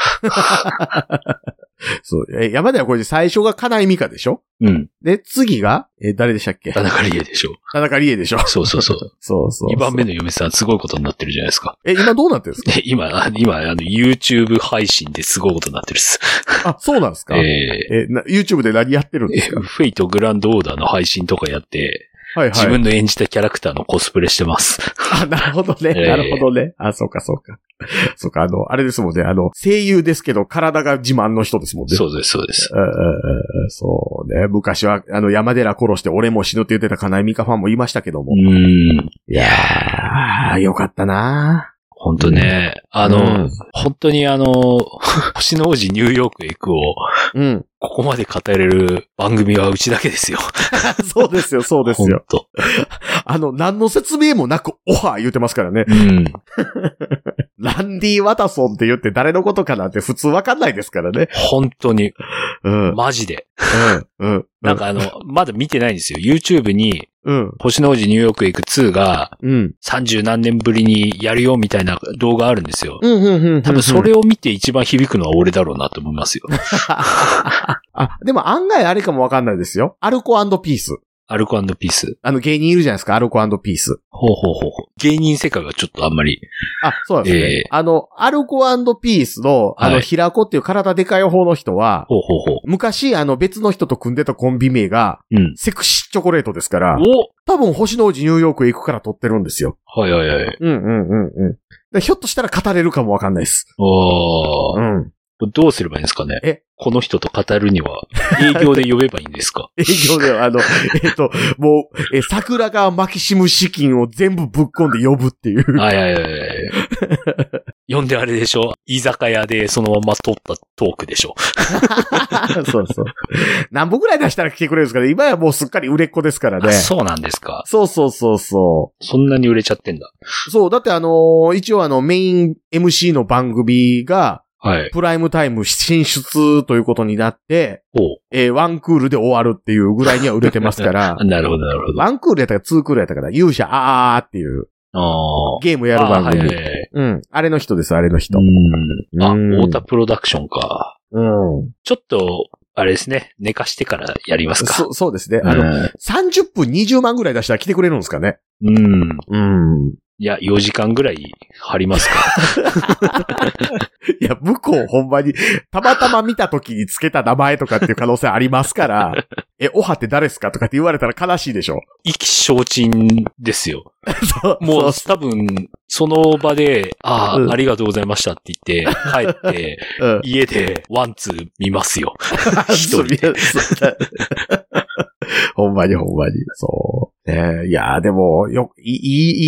Speaker 3: そう。え、山寺これ最初が金井美香でしょ
Speaker 4: うん。
Speaker 3: で、次が、え、誰でしたっけ
Speaker 4: 田中理恵でしょ。
Speaker 3: 田中理恵でしょ
Speaker 4: そうそうそう。
Speaker 3: そうそうそう。
Speaker 4: 2番目の嫁さんすごいことになってるじゃないですか。
Speaker 3: え、今どうなってるんですか
Speaker 4: で今、あ今、あの、YouTube 配信ですごいことになってるっす。
Speaker 3: あ、そうなんですか
Speaker 4: え
Speaker 3: え
Speaker 4: え
Speaker 3: な YouTube で何やってるんですか
Speaker 4: フェイトグランドオーダーの配信とかやって、
Speaker 3: はいはい。
Speaker 4: 自分の演じたキャラクターのコスプレしてます。
Speaker 3: あ、なるほどね。
Speaker 4: ええ
Speaker 3: なるほどね。あ、そうかそうか。そうか、あの、あれですもんね。あの、声優ですけど、体が自慢の人ですもんね。
Speaker 4: そうです、そうです。
Speaker 3: うんうんうんそうね。昔は、あの、山寺殺して俺も死ぬって言ってた金井美香ファンもいましたけど
Speaker 4: う
Speaker 3: も。
Speaker 4: ーん。
Speaker 3: いやー、よかったな
Speaker 4: 本当ね、あの、
Speaker 3: うん
Speaker 4: 本当にあの、 星の王子ニューヨークへ行くを、
Speaker 3: うん。
Speaker 4: ここまで語れる番組はうちだけですよ。
Speaker 3: そうですよ、そうです
Speaker 4: 本
Speaker 3: よ。
Speaker 4: 当。
Speaker 3: あの、何の説明もなく、オファー言ってますからね。
Speaker 4: うん。
Speaker 3: ランディ・ワタソンって言って誰のことかなんて普通わかんないですからね。
Speaker 4: 本当に、
Speaker 3: うん。
Speaker 4: マジで。
Speaker 3: うん。うん。
Speaker 4: なんかあの、まだ見てないんですよ。YouTube に、
Speaker 3: うん。
Speaker 4: 星の王子ニューヨークへ行く2が、
Speaker 3: うん。
Speaker 4: 30何年ぶりにやるよみたいな動画あるんですよ。
Speaker 3: うん、うん、うん。
Speaker 4: 多 分それを見て一番響くのは俺だろうなと思いますよ。
Speaker 3: あ、でも案外あれかもわかんないですよ。アルコピース。
Speaker 4: アルコピース。
Speaker 3: あの芸人いるじゃないですか、アルコピース。
Speaker 4: ほうほうほうほう。芸人世界がちょっとあんまり。
Speaker 3: あ、そうなんですね。
Speaker 4: ええ
Speaker 3: あの、アルコピースの、あの、
Speaker 4: はい
Speaker 3: 平子っていう体でかい方の人は、
Speaker 4: ほうほうほう。
Speaker 3: 昔、あの、別の人と組んでたコンビ名が、
Speaker 4: うん。
Speaker 3: セクシーチョコレートですから、
Speaker 4: お
Speaker 3: 多分星の王子ニューヨークへ行くから撮ってるんですよ。
Speaker 4: はいはいはい。
Speaker 3: うんうんうんうん。でひょっとしたら語れるかもわかんないです。
Speaker 4: あ
Speaker 3: う
Speaker 4: あ。
Speaker 3: ん。
Speaker 4: これどうすればいいんですかね
Speaker 3: え
Speaker 4: この人と語るには、営業で呼べばいいんですか
Speaker 3: 営業では、 あの、えっと、もう、え、桜川マキシム資金を全部ぶっ込んで呼ぶって いう。
Speaker 4: はいはいはいはい。呼んであれでしょ居酒屋でそのまま撮ったトークでしょ
Speaker 3: そうそう。何本ぐらい出したら来てくれるんですかね今やもうすっかり売れっ子ですから
Speaker 4: あ
Speaker 3: ね。
Speaker 4: そうなんですか。
Speaker 3: そうそうそうそ
Speaker 4: そんなに売れちゃってんだ。
Speaker 3: う。そう、だってあのー一応あの、メイン MC の番組が、
Speaker 4: はい。
Speaker 3: プライムタイム進出ということになって、
Speaker 4: おう
Speaker 3: えーワンクールで終わるっていうぐらいには売れてますから
Speaker 4: あ、なるほどなるほど。
Speaker 3: ワンクールやったかツークールやったから、勇者あーあーっていう
Speaker 4: あ
Speaker 3: ゲーム
Speaker 4: あ。
Speaker 3: やる番組。
Speaker 4: あはいはいはい
Speaker 3: うん。あれの人です、あれの人。
Speaker 4: うん。あ、
Speaker 3: うん
Speaker 4: 太田プロダクションか。
Speaker 3: うん。
Speaker 4: ちょっと、あれですね。寝かしてからやりますか。
Speaker 3: そそうですね。
Speaker 4: あ
Speaker 3: あの、
Speaker 4: の、
Speaker 3: 30分20万ぐらい出したら来てくれるんですかね。
Speaker 4: うん。
Speaker 3: うん。
Speaker 4: いや、4時間ぐらい張りますか。
Speaker 3: いや、向こうほんまに、たまたま見た時につけた名前とかっていう可能性あります から、え、おはって誰ですかとかって言われたら悲しいでしょ。
Speaker 4: 意気消沈ですよ。
Speaker 3: そう
Speaker 4: もう
Speaker 3: そ
Speaker 4: 多分、その場で、ああ、
Speaker 3: うん
Speaker 4: ありがとうございましたって言って、帰って、
Speaker 3: ううん。
Speaker 4: 家でワンツー見ますよ。
Speaker 3: そ
Speaker 4: 一人
Speaker 3: う
Speaker 4: で
Speaker 3: そうほんまにほんまに。そう。ねえいや、でも、よ、い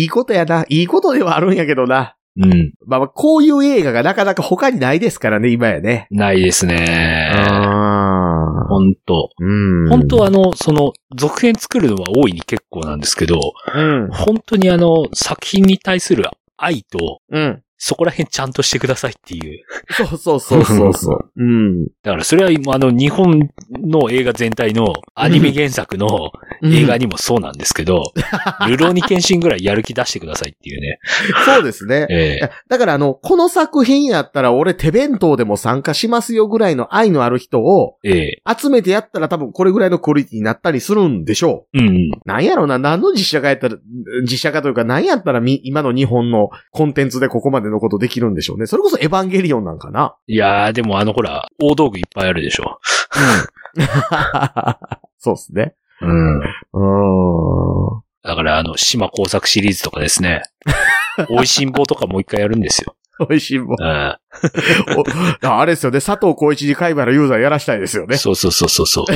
Speaker 3: い、いいことやな。いいことではあるんやけどな。
Speaker 4: うん。
Speaker 3: まあまあ、こういう映画がなかなか他にないですからね、今やね。
Speaker 4: ないですね。ほんと。
Speaker 3: うん。
Speaker 4: 本当はあの、その、続編作るのは大いに結構なんですけど、
Speaker 3: うん。
Speaker 4: 本当にあの、作品に対する愛と、
Speaker 3: うん。
Speaker 4: そこら辺ちゃんとしてくださいっていう。
Speaker 3: そうそうそうそう そう。うん。
Speaker 4: だからそれは今あの、日本の映画全体のアニメ原作の映画
Speaker 3: に。
Speaker 4: にもそうなんですけど、流浪に剣心ぐらいやる気出してくださいっていうね。
Speaker 3: そうですね。
Speaker 4: え
Speaker 3: い
Speaker 4: え
Speaker 3: やだからあの、この作品やったら俺手弁当でも参加しますよぐらいの愛のある人を
Speaker 4: ええ
Speaker 3: 集めてやったら多分これぐらいのクオリティになったりするんでしょ
Speaker 4: うんうん。
Speaker 3: う。なんやろな、何の実写化やったら、実写化というか何やったらみ今の日本のコンテンツでここまでのことできるんでしょうね。それこそエヴァンゲリオンなんかな。
Speaker 4: いやー、でもあのほら、大道具いっぱいあるでしょ。
Speaker 3: そうですね。
Speaker 4: うん。
Speaker 3: うーん。
Speaker 4: だからあの、島工作シリーズとかです ね。美味しんぼとかもう一回やるんですよ。
Speaker 3: 美味し いもん。
Speaker 4: うん。
Speaker 3: おああれですよね、佐藤浩市に貝原雄三やらしたいですよ ね。
Speaker 4: そうそうそうそう そう。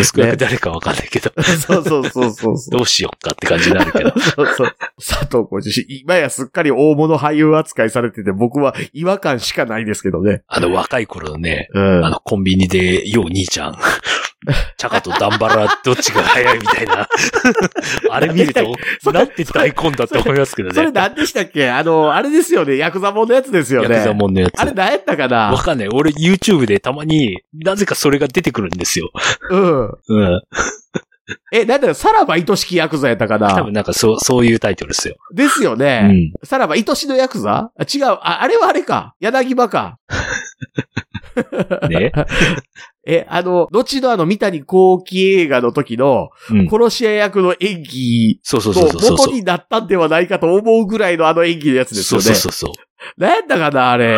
Speaker 4: 息子役誰かわかんないけど、
Speaker 3: そうそうそうそう そう。
Speaker 4: どうしよっかって感じになるけど。
Speaker 3: そうそう。佐藤浩市、今やすっかり大物俳優扱いされてて、僕は違和感しかないですけどね。
Speaker 4: あの若い頃のね、
Speaker 3: うん
Speaker 4: あのコンビニで、よう兄ちゃん。 チャカとダンバラどっちが早いみたいな。 あれ見 ると、なんて大根だって思いますけど
Speaker 3: それ
Speaker 4: ね。
Speaker 3: 何でしたっけあの、あれですよね。ヤクザもんのやつですよ
Speaker 4: ヤ
Speaker 3: ね。
Speaker 4: クザもんのやつ。
Speaker 3: あれ
Speaker 4: わ
Speaker 3: 何やったかな
Speaker 4: かんない。俺 YouTube でたまに、なぜかそれが出てくるんですよ。
Speaker 3: うん。
Speaker 4: うん。
Speaker 3: え、なんだよ、さらば愛しきヤクザやったか
Speaker 4: 多
Speaker 3: な
Speaker 4: 分なんかそう、そういうタイトルですよ。
Speaker 3: ですよ
Speaker 4: う
Speaker 3: ね。
Speaker 4: ん。
Speaker 3: さらば愛しのヤクザあ違う。あ、あれはあれか。柳葉か。
Speaker 4: ね。
Speaker 3: え、あの、後のあの、三谷幸喜映画の時の、
Speaker 4: うん。
Speaker 3: 殺し屋役の演技
Speaker 4: そうそうそう
Speaker 3: と
Speaker 4: そうそう。
Speaker 3: 元になったんではないかと思うぐらいのあの演技のやつです
Speaker 4: そ
Speaker 3: よ
Speaker 4: う
Speaker 3: ね。
Speaker 4: そうそうそう。
Speaker 3: なんだかな、 あれ。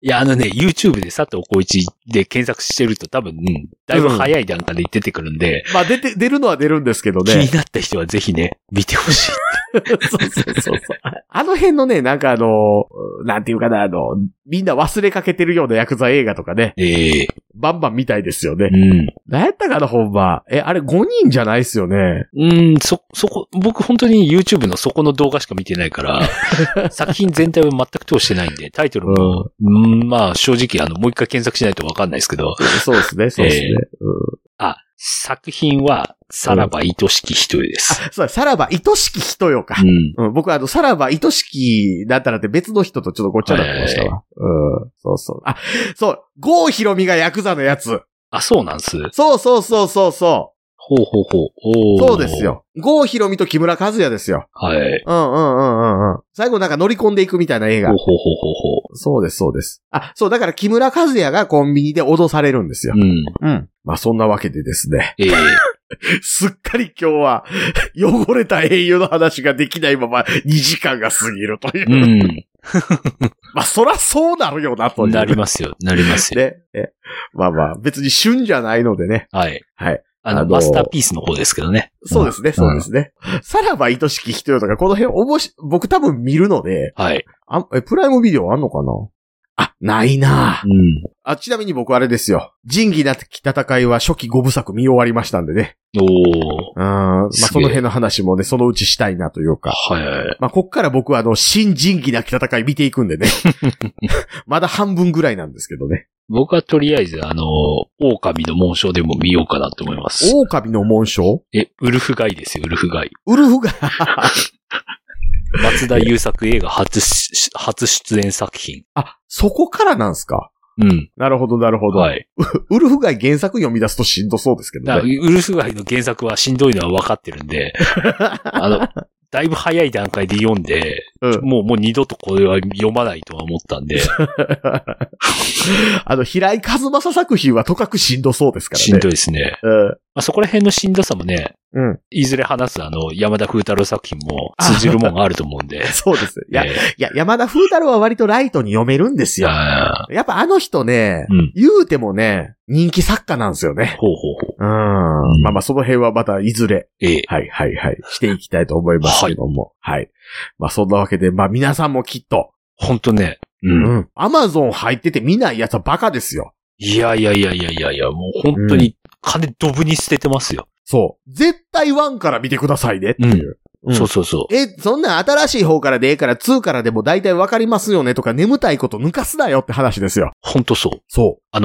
Speaker 4: いや、あのね、YouTube で佐藤浩一で検索してると多分、うんだいぶ早い段階で出てくるんで、
Speaker 3: まあ、出て、出るのは出るんですけど
Speaker 4: 気
Speaker 3: ね
Speaker 4: に。なった人はぜひね、見て ほしい。
Speaker 3: そうそうそうそう。あの辺のね、なんかあの、なんていうかな、あの、みんな忘れかけてるようなヤクザ映画とかね、
Speaker 4: ええ
Speaker 3: バンバン見たいですよね。
Speaker 4: うん。
Speaker 3: なんやったかな、ほんま。え、あれ5人じゃないっすよね。
Speaker 4: うん、そ、そこ、僕本当に YouTube のそこの動画しか見てないから、 作品全体は全く通してないんで、タイトルも、うん、まあ正直あの、もう一回検索しないとわかんないですけど、
Speaker 3: そうです ね、そうですね。
Speaker 4: えあ、作品は、さらば愛しき人です。
Speaker 3: うん、そうさらば愛しき人よか。
Speaker 4: うん。
Speaker 3: うん、僕はあの、さらば愛しきだったらって別の人とちょっとごっちゃになってましたわ。うん、そうそう。あ、そう、郷ひろみがヤクザのやつ。
Speaker 4: あ、そうなんす。
Speaker 3: そうそうそうそうそう。
Speaker 4: ほうほうほう。おー
Speaker 3: そうです。よ。郷ひろみと木村和也ですよ。
Speaker 4: はい。
Speaker 3: うんうんうんうんうん。最後なんか乗り込んでいくみたいな映
Speaker 4: ほ
Speaker 3: 画
Speaker 4: うほう。ほうほうほ
Speaker 3: そうです、そうです。あ、そう、だから木村和也がコンビニで脅されるんですよ
Speaker 4: う。。うん。
Speaker 3: うん。まあそんなわけでですね。
Speaker 4: ええ
Speaker 3: すっかり今日は 汚れた英雄の話ができないまま2時間が過ぎるというう。
Speaker 4: ん。
Speaker 3: まあそらそうなるよなという。
Speaker 4: なりますよ。なりますよ。
Speaker 3: ね。ねまあまあ別に旬じゃないのでね。
Speaker 4: はい。
Speaker 3: はい。
Speaker 4: あ
Speaker 3: あ
Speaker 4: の、
Speaker 3: のー
Speaker 4: マスターピースの方ですけどね。
Speaker 3: そうですね、そうですね。さらば愛しき人よとか、この辺おもし、僕多分見るので、
Speaker 4: はい。
Speaker 3: あ、え、プライムビデオあんのかなあ、ないな
Speaker 4: うん。
Speaker 3: あ、ちなみに僕あれですよ。仁義なき戦いは初期5部作見終わりましたんでね。
Speaker 4: お
Speaker 3: う
Speaker 4: ー。
Speaker 3: ん。まあ、
Speaker 4: すげえ
Speaker 3: その辺の話もね、そのうちしたいなというか。
Speaker 4: はいはいはい。
Speaker 3: まあ、こっから僕はあの、新仁義なき戦い見ていくんでね。 まだ半分ぐらいなんですけどね。
Speaker 4: 僕はとりあえず、あのー、狼の紋章でも見ようかなと思います。
Speaker 3: 狼の紋章
Speaker 4: え、ウルフガイですよ、ウルフガイ。
Speaker 3: ウルフが、
Speaker 4: 松田優作映画初し、し初出演作品。
Speaker 3: あ、そこからなんすか
Speaker 4: うん。
Speaker 3: なるほど、なるほど。
Speaker 4: はい。
Speaker 3: ウルフが原作読み出すとしんどそうですけ
Speaker 4: だ
Speaker 3: ど
Speaker 4: ウ
Speaker 3: ね。
Speaker 4: ルフガイの原作はしんどいのは分かってるん で、あの、だいぶ早い段階で読んで、
Speaker 3: うん
Speaker 4: もうもう二度とこれは読まないとは思ったんで、
Speaker 3: あの、平井和正作品はとかくしんどそうですからね。
Speaker 4: しんどいですね。
Speaker 3: うん。
Speaker 4: まあ、そこら辺のしんどさもね、
Speaker 3: うん。
Speaker 4: いずれ話すあの、山田風太郎作品も通じるもんがあると思うん で。
Speaker 3: そうです。いや、
Speaker 4: え
Speaker 3: い
Speaker 4: ー
Speaker 3: や、山田風太郎は割とライトに読めるんですよ。
Speaker 4: あ
Speaker 3: やっぱあの人ね、
Speaker 4: ーうん。
Speaker 3: 言うてもね、人気作家なんですよね。
Speaker 4: ほうほうほう。
Speaker 3: うん。まあまあ、その辺はまたいずれ、
Speaker 4: ええ
Speaker 3: はいはいはい、していきたいと思いますけども。はい。まあ、そんなわけで、まあ皆さんもきっと、
Speaker 4: ほんとね。うん
Speaker 3: うん。アマゾン入ってて見ないやつはバカですよ。
Speaker 4: いやいやいやいやいやいや、もう本当に金ドブに捨ててますよ。
Speaker 3: そう。絶対1から見てくださいねっていう。うん
Speaker 4: そうそうそう。
Speaker 3: え、そんなん新しい方からでええから2からでも大体わかりますよねとか眠たいこと抜かすなよって話ですよ。
Speaker 4: ほんとそ。
Speaker 3: そう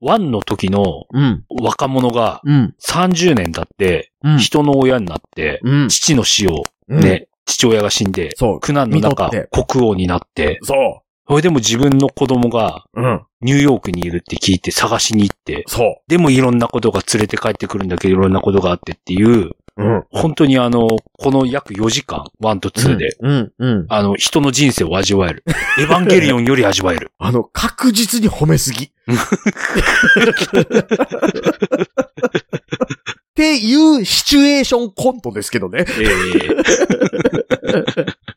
Speaker 4: ワンの時の
Speaker 3: う。うん。
Speaker 4: 若者が
Speaker 3: うん。
Speaker 4: 30年経って、
Speaker 3: うん。
Speaker 4: 人の親になって、
Speaker 3: うん。
Speaker 4: 父の死を、
Speaker 3: うん。
Speaker 4: ね、父親が死んで、
Speaker 3: そう。
Speaker 4: 苦難の中
Speaker 3: 見とっ、
Speaker 4: 国王になって、
Speaker 3: そ
Speaker 4: それでも自分の子供が
Speaker 3: う。うん。
Speaker 4: ニューヨークにいるって聞いて探しに行って、
Speaker 3: そ
Speaker 4: でもいろんなことが連れて帰ってくるんだけど、いろんなことがあってっていう、
Speaker 3: う。うん。
Speaker 4: 本当にあの、この約4時間、1と2で、
Speaker 3: うん。うん。
Speaker 4: あの、人の人生を味わえる。 エヴァンゲリオンより味わえる。
Speaker 3: あの、確実に褒めすぎ。っていうシチュエーションコントですけどね。
Speaker 4: ええ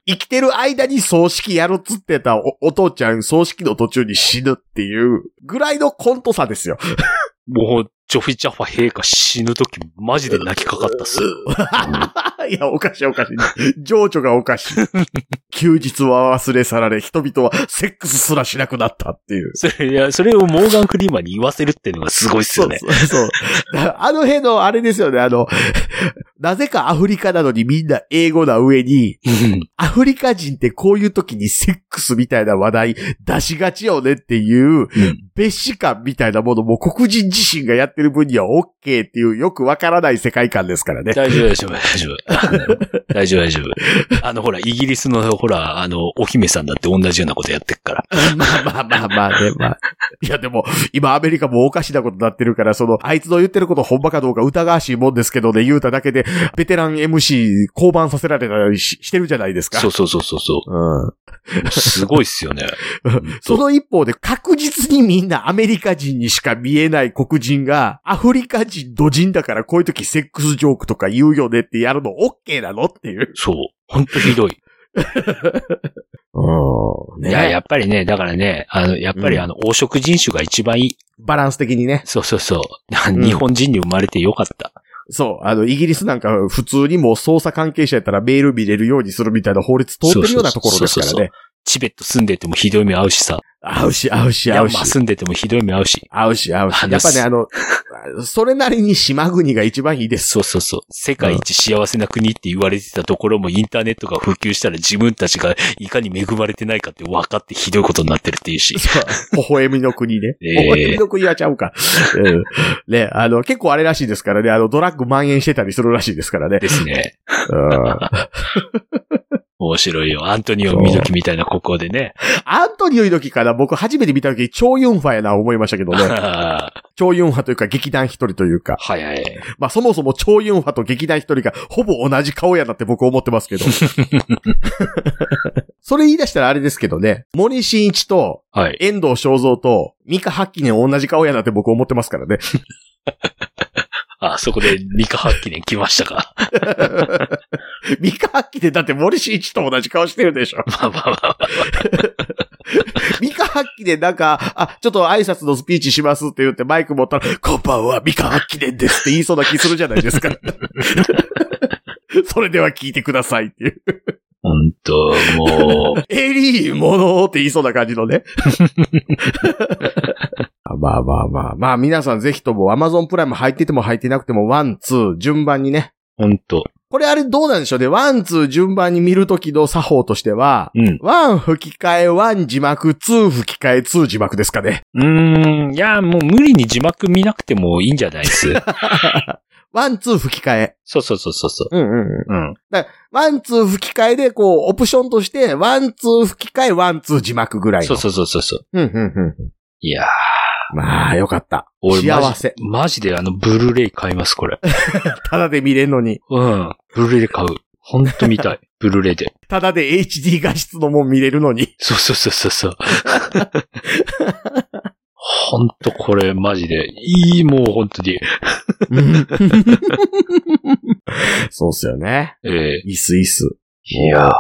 Speaker 3: 生きてる間に葬式やるっつってたおお父ちゃん葬式の途中に死ぬっていうぐらいのコントさですよ。
Speaker 4: もう、ジョフィ・ジャファ陛下死ぬとき、マジで泣きかかったっす。
Speaker 3: いや、おかしいおかしい。情緒がおかしい。休日は忘れ去られ、人々はセックスすらしなくなったっていう。
Speaker 4: それ、いや、それをモーガン・クリーマンに言わせるっていうのがすごいっすよね。
Speaker 3: そうそう そう。だあの辺の、あれですよね、あの、 なぜかアフリカなのにみんな英語な上に、
Speaker 4: うん
Speaker 3: アフリカ人ってこういう時にセックスみたいな話題出しがちよねっていう、別視感みたいなものも黒人自身がやってる分には OK っていうよくわからない世界観ですからね。
Speaker 4: 大丈夫、大丈夫、大丈夫。 大丈夫、大丈夫。あの、ほら、イギリスの、ほら、あの、お姫さんだって同じようなことやってっから。
Speaker 3: まあまあまあまあね、まあ。いやでも、今アメリカもおかしなことになってるから、その、あいつの言ってることほんまかどうか疑わしいもんですけどね、言うただけで、ベテラン MC 降板させられたりししてるじゃないですか。
Speaker 4: そうそうそうそうそ
Speaker 3: うん。
Speaker 4: う。すごいっすよね。
Speaker 3: その一方で確実にみんなアメリカ人にしか見えない黒人が、アフリカ人土人だからこういう時セックスジョークとか言うよねってやるの OK なのっていう。
Speaker 4: そう。ほんとひどい。
Speaker 3: うん。
Speaker 4: いや、やっぱりね、だからね、あの、やっぱりあの、黄色人種が一番いい。
Speaker 3: バランス的にね。
Speaker 4: そうそうそう。
Speaker 3: ん
Speaker 4: 日本人に生まれてよかった。
Speaker 3: そう。あの、イギリスなんか普通にもう捜査関係者やったらメール見れるようにするみたいな法律通ってるようなところですか
Speaker 4: そうそう
Speaker 3: ら
Speaker 4: そうそう
Speaker 3: ね。
Speaker 4: チベット住んでてもひどい目合うしさ。
Speaker 3: 合うし、合うし、
Speaker 4: ヤ
Speaker 3: 合
Speaker 4: ン
Speaker 3: う
Speaker 4: マ
Speaker 3: し
Speaker 4: ー。住んでてもひどい目合うし。
Speaker 3: 合うし、合うし。やっ
Speaker 4: 話
Speaker 3: ぱ
Speaker 4: す
Speaker 3: ね、あの、それなりに島国が一番いい です。
Speaker 4: そうそうそう。世界一幸せな国って言われてたところもインターネットが普及したら自分たちがいかに恵まれてないかって分かってひどいことになってるっていう し。
Speaker 3: 微笑みの国ね。
Speaker 4: え
Speaker 3: 微
Speaker 4: ー
Speaker 3: 笑みの国はちゃうか。うんね、あの、結構あれらしいですからね、あの、ドラッグ蔓延してたりするらしいですからね。
Speaker 4: ですね。
Speaker 3: うん
Speaker 4: 面白いよ。アントニオ・ミドキみたいなここでね。
Speaker 3: アントニオ猪木から僕初めて見た時、超ユンファやな思いましたけど ね。超ユンファというか劇団一人というか。
Speaker 4: 早い。
Speaker 3: まあそもそも超ユンファと劇団一人が ほぼ同じ顔やなって僕思ってますけど。それ言い出したらあれですけどね。森進一と
Speaker 4: はい。
Speaker 3: 遠藤正造と三河八記念同じ顔やなって僕思ってますからね。
Speaker 4: あ、そこで二カ発記念来ましたか。
Speaker 3: 三河八記念だって森進一と同じ顔してるでしょ。
Speaker 4: まあまあまあ。
Speaker 3: 三河八記念なんか、あ、ちょっと挨拶のスピーチしますって言ってマイク持ったら、こんばんは三河八記念ですって言いそうな気するじゃないですか。それでは聞いてくださいっていう。
Speaker 4: ほんと、もう、
Speaker 3: エリーものって言いそうな感じの ね。まあまあまあ。まあ皆さんぜひとも Amazon プライム入ってても入ってなくても、ワン、ツー、順番にね。
Speaker 4: ほんと。
Speaker 3: これあれどうなんでしょうね。ワン、ツー、順番に見るときの作法としては、
Speaker 4: うん。
Speaker 3: ワン吹き替え、ワン字幕、ツー吹き替え、ツー字幕ですかね。
Speaker 4: うーん、いや、もう無理に字幕見なくてもいいんじゃない です。
Speaker 3: ワン、ツー吹き替え。
Speaker 4: そうそうそうそうそう。
Speaker 3: うんうんうん。
Speaker 4: うん。
Speaker 3: ワン、ツー吹き替えで、こう、オプションとして、ワン、ツー吹き替え、ワン、ツー字幕ぐらいの。
Speaker 4: そうそうそうそうそう。
Speaker 3: うんうんうんうん。
Speaker 4: いやー、
Speaker 3: まあ、よかった。
Speaker 4: 俺
Speaker 3: 幸せ。
Speaker 4: マジであの、ブルーレイ買います、これ。
Speaker 3: ただで見れんのに。
Speaker 4: うん。ブルーレイで買う。ほんと見 たい。ブルーレイで。
Speaker 3: ただで HD 画質のもん見れるのに。
Speaker 4: そうそうそうそうそう。ほんとこれマジで。いい、もうほんとに。
Speaker 3: そうっすよね。
Speaker 4: ええ
Speaker 3: いすいす。
Speaker 4: いやー。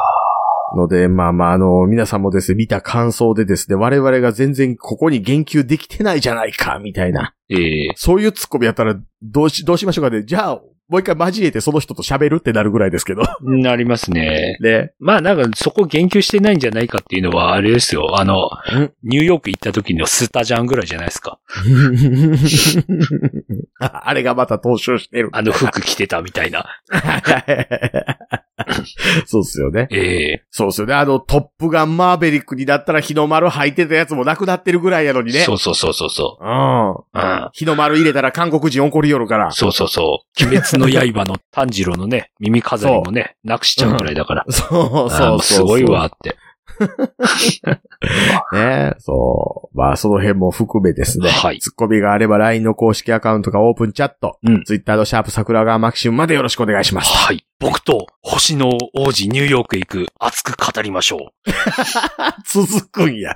Speaker 3: ので、まあまあ、あの、皆さんもですね、見た感想でですね、我々が全然ここに言及できてないじゃないか、みたいな。
Speaker 4: ええ
Speaker 3: そういうツッコミやったら、どうし、どうしましょうかね。じゃあ、もう一回交えてその人と喋るってなるぐらいですけど。
Speaker 4: なりますね。
Speaker 3: ね。
Speaker 4: まあなんかそこ言及してないんじゃないかっていうのはあれですよ。あの
Speaker 3: ん、
Speaker 4: ニューヨーク行った時のスタジャンぐらいじゃないですか。
Speaker 3: ああれがまた踏襲してる。
Speaker 4: あの服着てたみたいな。
Speaker 3: そうっすよね。
Speaker 4: ええ
Speaker 3: そうっすよね。あの、トップガンマーベリックになったら日の丸履いてたやつもなくなってるぐらいやのにね。。
Speaker 4: そうそうそうそうそう
Speaker 3: ん。
Speaker 4: う。うん。
Speaker 3: 日の丸入れたら韓国人怒りよるから。
Speaker 4: そうそうそう。鬼滅の刃の炭治郎 のね、耳飾りもね、なくしちゃうくらいだから。
Speaker 3: そうそう
Speaker 4: あーも
Speaker 3: そうう。
Speaker 4: すごいわ。って。
Speaker 3: ねそう。まあ、その辺も含めですね。
Speaker 4: はい
Speaker 3: ツッコミがあれば LINE の公式アカウントかオープンチャット。
Speaker 4: うん
Speaker 3: Twitter のシャープ桜川マキシムまでよろしくお願いします。
Speaker 4: はい。僕と星の王子ニューヨークへ行く熱く語りましょう。
Speaker 3: 続くんや。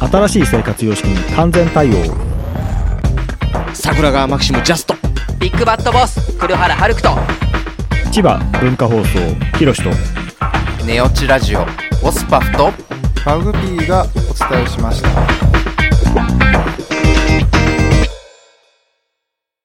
Speaker 5: 新しい生活様式に完全対応
Speaker 3: 桜川マキシムジャスト。
Speaker 6: ビッグバットボス黒原遥人
Speaker 5: 千葉文化放送ひろしと
Speaker 7: ネオチラジオオスパフと
Speaker 8: マグピーがお伝えしました